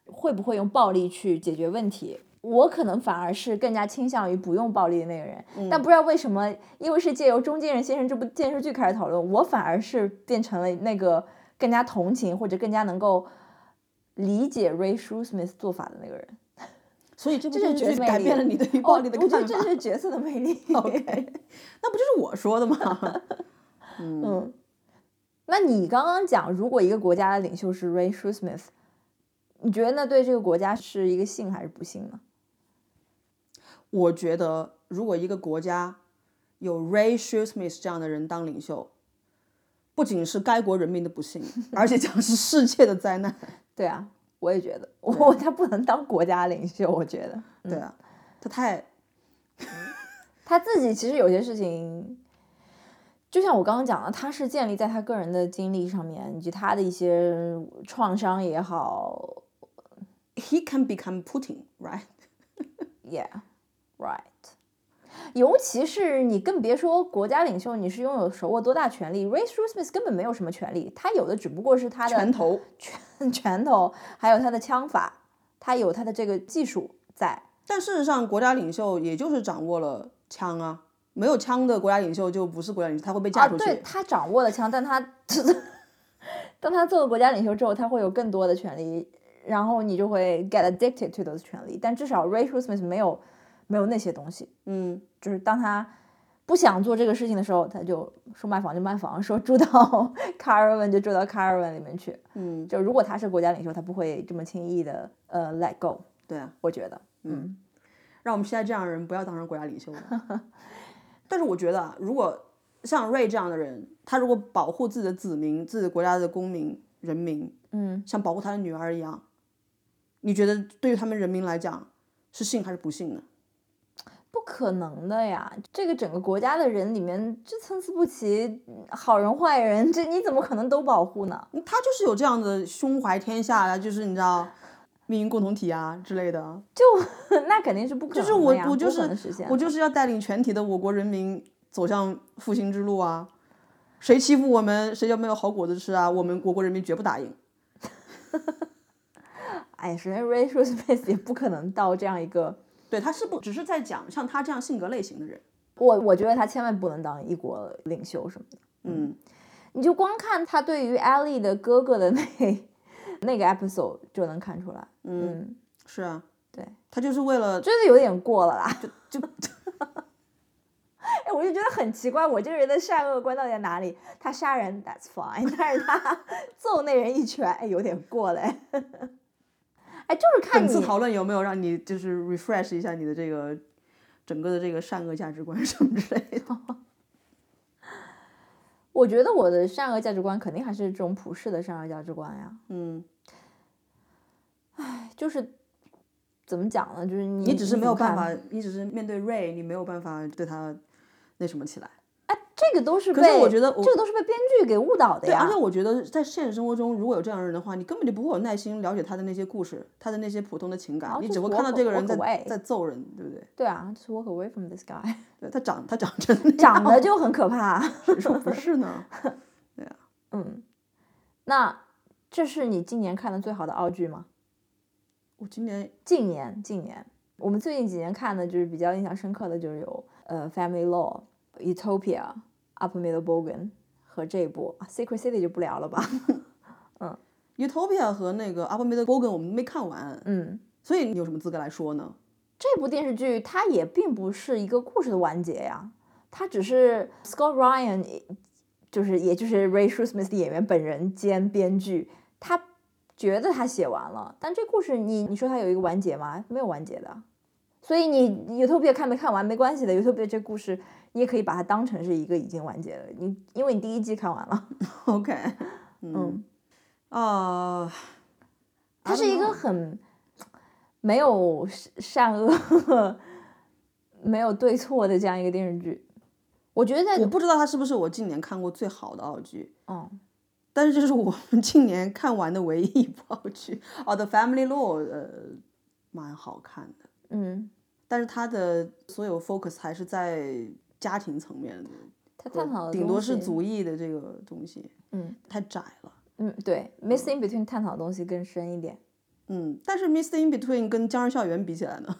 B: 会不会用暴力去解决问题。我可能反而是更加倾向于不用暴力的那个人，
A: 嗯
B: 但不知道为什么，因为是借由《中间人先生》这部电视剧开始讨论，我反而是变成了那个更加同情或者更加能够理解 Ray Shoesmith 做法的那个人。
A: 所以这不
B: 这
A: 就
B: 就是
A: 是
B: 魅
A: 改
B: 力
A: 变了你对于暴力的
B: 哦我
A: 看
B: 觉
A: 法？
B: 得这是角色
A: [laughs]
B: 的魅力。
A: OK，那不就是我说的
B: [laughs]
A: 吗？
B: 嗯，那你刚刚讲，如果一个国家的领袖是 Ray Shoesmith，你觉得那对这个国家是一个幸还是不幸呢？
A: 我觉得如果一个国家有 Ray Shoesmith 这样的人当领袖，不仅是该国人民的不幸，而且将是世界的灾
B: [laughs]
A: 难。
B: 对啊，我也觉得，我 [laughs] 他不能当国家领袖，我觉得
A: 对啊，他太
B: 他自己其实有些事情，就像我刚刚讲的，他是建立在他个人的经历上面，以及他的一些创伤也好
A: he can become Putin, right？
B: ，Yeah，right。尤其是你更别说国家领袖，你是拥有手握多大权力，Ray Shoesmith 根本没有什么权力，他有的只不过是他的
A: 拳头，
B: 拳头，还有他的枪法，他有他的这个技术在。
A: 但事实上，国家领袖也就是掌握了枪啊，没有枪的国家领袖就不是国家领袖，他会被
B: 啊，
A: 嫁出去。
B: 对他掌握了枪，但他 [laughs] 当他做了国家领袖之后，他会有更多的权利，然后你就会 get addicted to those 权利。但至少 Ray Shoesmith 没有没有那些东西，
A: 嗯，
B: 就是当他不想做这个事情的时候，他就说卖房就卖房，说住到 [laughs] caravan 就住到 caravan 里面去。
A: 嗯，
B: 就如果他是国家领袖，他不会这么轻易的呃 let go。
A: 对啊，
B: 我觉得，
A: 让我们现在这样的人不要当上国家领袖了。 [laughs] 但是我觉得，啊，如果像瑞这样的人，他如果保护自己的子民、自己的国家的公民、人民，
B: 嗯，
A: 像保护他的女儿一样，你觉得对于他们人民来讲是幸还是不幸呢？
B: 不可能的呀！这个整个国家的人里面，这参差不齐，好人坏人，这你怎么可能都保护呢？ [laughs]
A: 嗯他就是有这样的胸怀天下啊，就是你知道命运共同体啊之类的啊。
B: 就哦那肯定是不可
A: 就
B: 能
A: 是我
B: 的呀，
A: 我就
B: 不可
A: 是
B: 能实现
A: 我
B: 的
A: 就是要带领全体的我国人民走向复兴之路啊！谁欺负我们，谁就没有好果子吃啊！我们我国人民绝不答应。
B: 哎，首先 racial space 也不可能到这样一个，
A: 对，他是不只是在讲像他这样性格类型的人，
B: 我我觉得他千万不能当一国领袖什么的。
A: 嗯，
B: 你就光看他对于 Ellie 的哥哥的那 [laughs] 那个 episode 就能看出来，嗯
A: 是啊，
B: 对，
A: 他就是为了
B: 真的有点过了啦。
A: 就
B: [laughs] 哎，我就觉得很奇怪，我这个人的善恶观到底在哪里？他杀人，that's fine，但 [laughs] 是他揍那人一拳，哎，有点过了。 [laughs] 哎，哎就是看
A: 本
B: 你
A: 次讨论有没有让你就是 refresh 一下你的这个整个的这个善恶价值观 [laughs] 什么之类的。
B: 我觉得我的善恶价值观肯定还是这种普世的善恶价值观呀。
A: 嗯，
B: 哎就是怎么讲呢？就是你
A: 你只是没有
B: 怎么
A: 办
B: 看
A: 法，你只是面对 Ray，你没有办法对他那什么起
B: 哎
A: 来。
B: 这个都是
A: 可
B: 被
A: 是我觉得我
B: 这个都是被编剧给误导的
A: 对，
B: 呀。
A: 而且我觉得在现实生活中，如果有这样的人的话，你根本就不会有耐心了解他的那些故事，他的那些普通的情感，
B: 后
A: 你
B: 就
A: 只会
B: 哦是
A: 看到
B: walk-
A: 这个人
B: walk
A: 在
B: away
A: 在揍人，对不对？
B: 对啊，just walk away from this guy，
A: 对他长他 [laughs] 长成那样
B: 长得就很可怕。
A: 谁说不是
B: [laughs]
A: 呢？
B: 嗯，那这是你今年看的最好的澳剧吗？
A: 我今年
B: 近年，近年，我们最近几年看的就是比较印象深刻的，就是有呃《Family Law》《Utopia》 Upper Middlebogan 和这一部 Secret City 就不聊了吧。
A: Utopia 和那个 Upper Middlebogan 我们没看完，
B: 嗯，
A: 所以你有什么资格来说呢？
B: 这部电视剧它也并不是一个故事的完结呀，它只是 Scott Ryan，就是也就是 Ray Shoesmith 的演员本人兼编剧，他觉得他写完了，但这故事你你说它有一个完结吗？没有完结的，所以你 Utopia 看没看完没关系的，Utopia 这故事你也可以把它当成是一个已经完结了，你因为你第一季看完了，
A: OK，嗯，啊、
B: 它是
A: 嗯
B: 一个很没有善善恶、没有对错的这样一个电视剧。我觉得在
A: 我不知道它是不是我近年看过最好的澳剧，
B: 嗯，
A: 但是这是我们近年看完的唯一一部澳剧。哦，《The Family Law》呃，蛮好看的，
B: 嗯，
A: 但是它的所有 focus 还是在家庭层面的，
B: 他探讨的
A: 顶
B: 东
A: 多是
B: 西
A: 族裔的这个东西，
B: 嗯，
A: 太窄了。
B: 嗯，对，missing between 探讨的东西更深一点。
A: 嗯，但是《Mr. In Between》跟《江人校园》比起来呢，《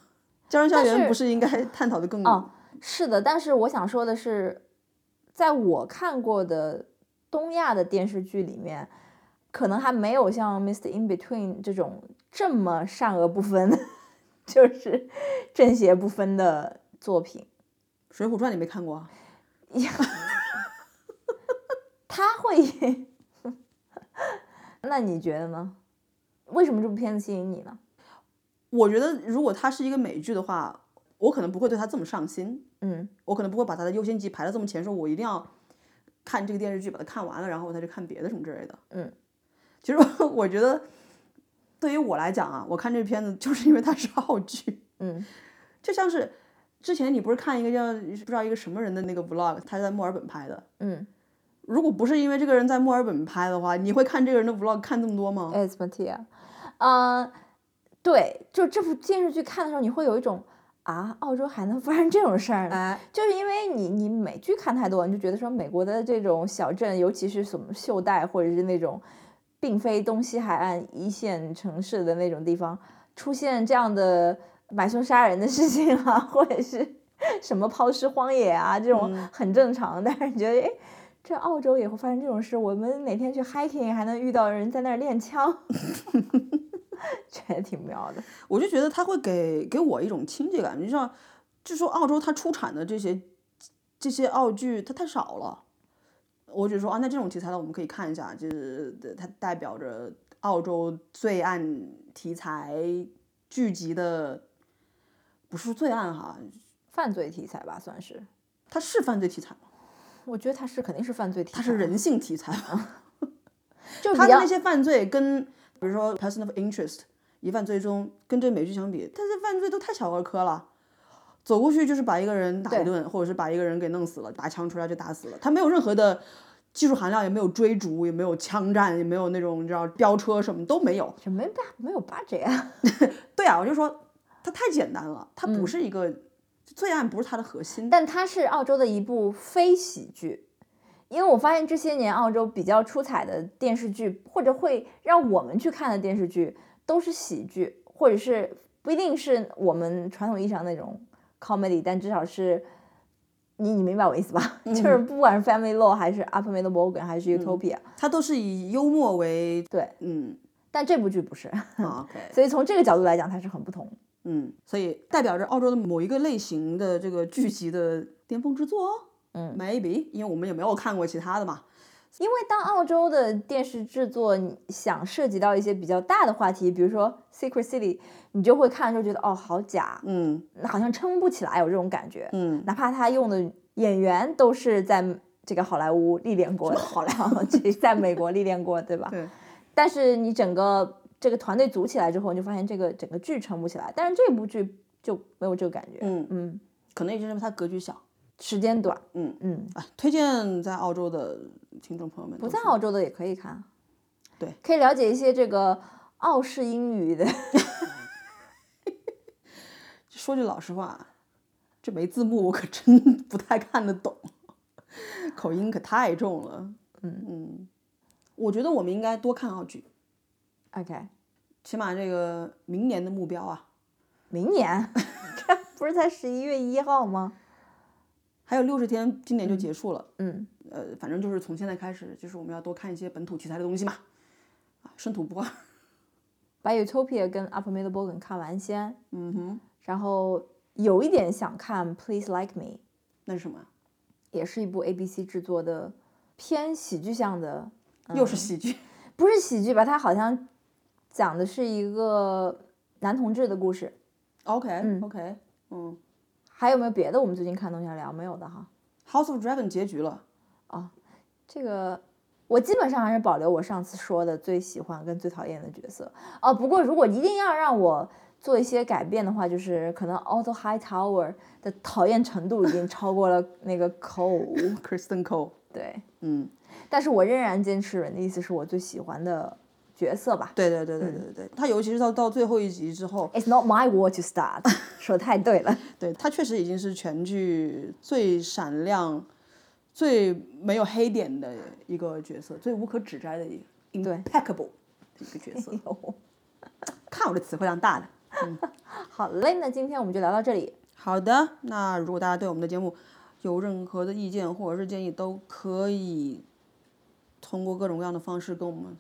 A: 江人校
B: 但
A: 园》
B: 是
A: 不是应该探讨的更
B: 哦是的，但是我想说的是，在我看过的东亚的电视剧里面，可能还没有像《Mr. In Between》这种这么善恶不分， [laughs] 就是正邪不分的作品。
A: 水浒传》你没看过啊？
B: 他会 [laughs] 那你觉得呢？为什么这部片子吸引你呢？
A: 我觉得如果它是一个美剧的话，我可能不会对它这么上心，
B: 嗯
A: 我可能不会把它的优先级排到这么前，说我一定要看这个电视剧把它看完了，然后我再去看别的什么之类的。
B: 嗯，
A: 其实我觉得对于我来讲啊，我看这片子就是因为它是澳剧，
B: 嗯
A: 就像是之前你不是看一个叫不知道一个什么人的那个 vlog，他在墨尔本拍的。
B: 嗯
A: 如果不是因为这个人在墨尔本拍的话，你会看这个人的 vlog 看这么多吗？
B: ，It's Matia，呃，对，就这部电视剧看的时候，你会有一种啊，澳洲还能发生这种事儿呢？
A: 哎，
B: 就是因为你你美剧看太多，你就觉得说美国的这种小镇，尤其是什么袖带或者是那种，并非东西海岸一线城市的那种地方，出现这样的买凶杀人的事情啊， [laughs] 或者是什么抛尸荒野啊，这种
A: 嗯
B: 很正常。但是你觉得，哎，这澳洲也会发生这种事？我们哪天去 hiking 还能遇到人在那儿练枪， [laughs] 觉得挺妙的。
A: 我就觉得他会给给我一种亲切感，就像就说澳洲它出产的这些这些澳剧它太少了，我就说啊，那这种题材的我们可以看一下，就是它代表着澳洲罪案题材剧集的，不是罪案哈，
B: 犯罪题材吧，算是。
A: 它是犯罪题材吗？
B: 我觉得它是肯定是犯罪题材，
A: 它是人性题材吗？
B: 就比
A: 他的
B: 较
A: 那些犯罪跟比如说 person of interest 疑犯最终跟这美剧相比，他这犯罪都太小儿科了。走过去就是把一个人打一
B: 对
A: 顿，或者是把一个人给弄死了，拔枪出来就打死了。他没有任何的技术含量，也没有追逐，也没有枪战，也没有那种你知道飙车什么都没有。
B: 什么吧，没有 budget 啊？ [laughs]
A: 对啊，我就说他太简单了，他不是一个、罪案，不是他的核心。
B: 嗯但它是澳洲的一部非喜剧，因为我发现这些年澳洲比较出彩的电视剧，或者会让我们去看的电视剧，都是喜剧，或者是不一定是我们传统意义上那种 comedy，但至少是。你你明白我意思吧？ [laughs] 就是不管是 Family Law 还是 Upper Middlebogan 还是 Utopia，、
A: 他都是以幽默为
B: 对，
A: 嗯
B: 但这部剧不是， [laughs]
A: 啊 OK
B: 所以从这个角度来讲，它是很不同。
A: 嗯，所以代表着澳洲的某一个类型的这个剧集的巅峰之作、哦。
B: 嗯
A: ，maybe，因为我们也没有看过其他的嘛。
B: 因为当澳洲的电视制作你想涉及到一些比较大的话题，比如说《Secret City》，你就会看的时候觉得哦，好假，
A: 嗯
B: 好像撑不起来，有这种感觉。
A: 嗯，
B: 哪怕他用的演员都是在这个好莱坞历练过的，好莱坞这在美国历练过，对吧？
A: 对，
B: 但是你整个这个团队组起来之后，你就发现这个整个剧撑不起来，但是这部剧就没有这个感觉。
A: 嗯，
B: 嗯，
A: 可能也就是因为它格局小。
B: 时间短，
A: 嗯
B: 嗯，
A: 啊，推荐在澳洲的听众朋友们
B: 不
A: 都
B: 在
A: 是
B: 澳洲的也可以看，
A: 对，
B: 可以了解一些这个澳式英语的。
A: 说句老实话，这没字幕我可真不太看得懂，口音可太重了。
B: 嗯
A: 嗯，我觉得我们应该多看澳剧，
B: OK，
A: 起码这个明年的目标啊，
B: [laughs] 明年这不是才十一月一号吗？
A: 还有六十天，今年就结束了。
B: 嗯，
A: 呃，反正就是从现在开始，就是我们要多看一些本土题材的东西嘛，啊，生土不二。
B: 把 Utopia 跟 Up m i d d l e b o r g 看完先，
A: 嗯哼，
B: 然后有一点想看 Please Like Me，
A: 那是什么啊？
B: 也是一部 ABC 制作的偏喜剧向的，
A: 又是喜剧。
B: 不是喜剧吧？它好像讲的是一个男同志的故事。
A: OK
B: 嗯
A: OK，嗯
B: 还有没有别的我们最近看的东西要聊？没有的哈。
A: ，House of Dragon 结局了。
B: 这个我基本上还是保留我上次说的最喜欢跟最讨厌的角色哦。不过如果一定要让我做一些改变的话，就是可能 Otto Hightower 的讨厌程度已经超过了那个 Cole。 [laughs]
A: Kristen Cole，
B: 对，
A: 嗯，
B: 但是我仍然坚持人的意思是我最喜欢的角色吧。
A: 对对对对对对对，他尤其是到到最后一集之后，
B: It's not my war to start，说得太对了。
A: 对他确实已经是全剧最闪亮、最没有黑点的一个角色，最无可指摘的一个 impeccable 的一个角 [laughs] 色。看我的词汇量大的。
B: 好嘞，那今天我们就聊到这里。
A: 好的，那如果大家对我们的节目有任何的意见或者是建议，都可以通过各种各样的方式跟我们。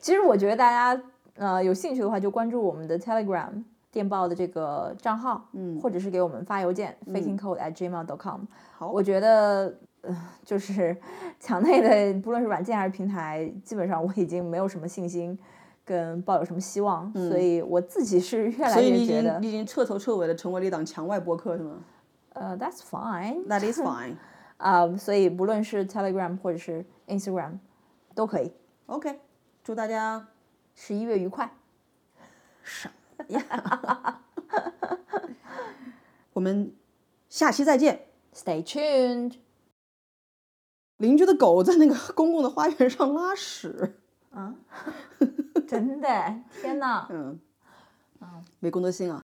B: 其实我觉得大家呃有兴趣的话，就关注我们的 Telegram 电报的这个账号，嗯，或者是给我们发邮件、f a k i n g code at gmail.com。
A: 嗯好
B: 我觉得呃就是 [laughs] 墙内的不论是软件还是平台，基本上我已经没有什么信心跟抱有什么希望，所以我自己是越来
A: 嗯所以
B: 越
A: 你已
B: 觉
A: 经
B: 得
A: 你已经彻头彻尾的成为了一档墙外播客是吗
B: 呃 that's fine
A: ？That is
B: [laughs]
A: fine。
B: 啊、所以不论是 Telegram 或者是 Instagram 都可以。
A: OK，祝大家
B: 十一月愉快，
A: 什么呀？ [laughs] 我们下期再见。
B: Stay tuned
A: 邻居的狗在那个公共的花园上拉屎，
B: [laughs] 啊！真的，天哪！
A: 嗯，没公德心啊。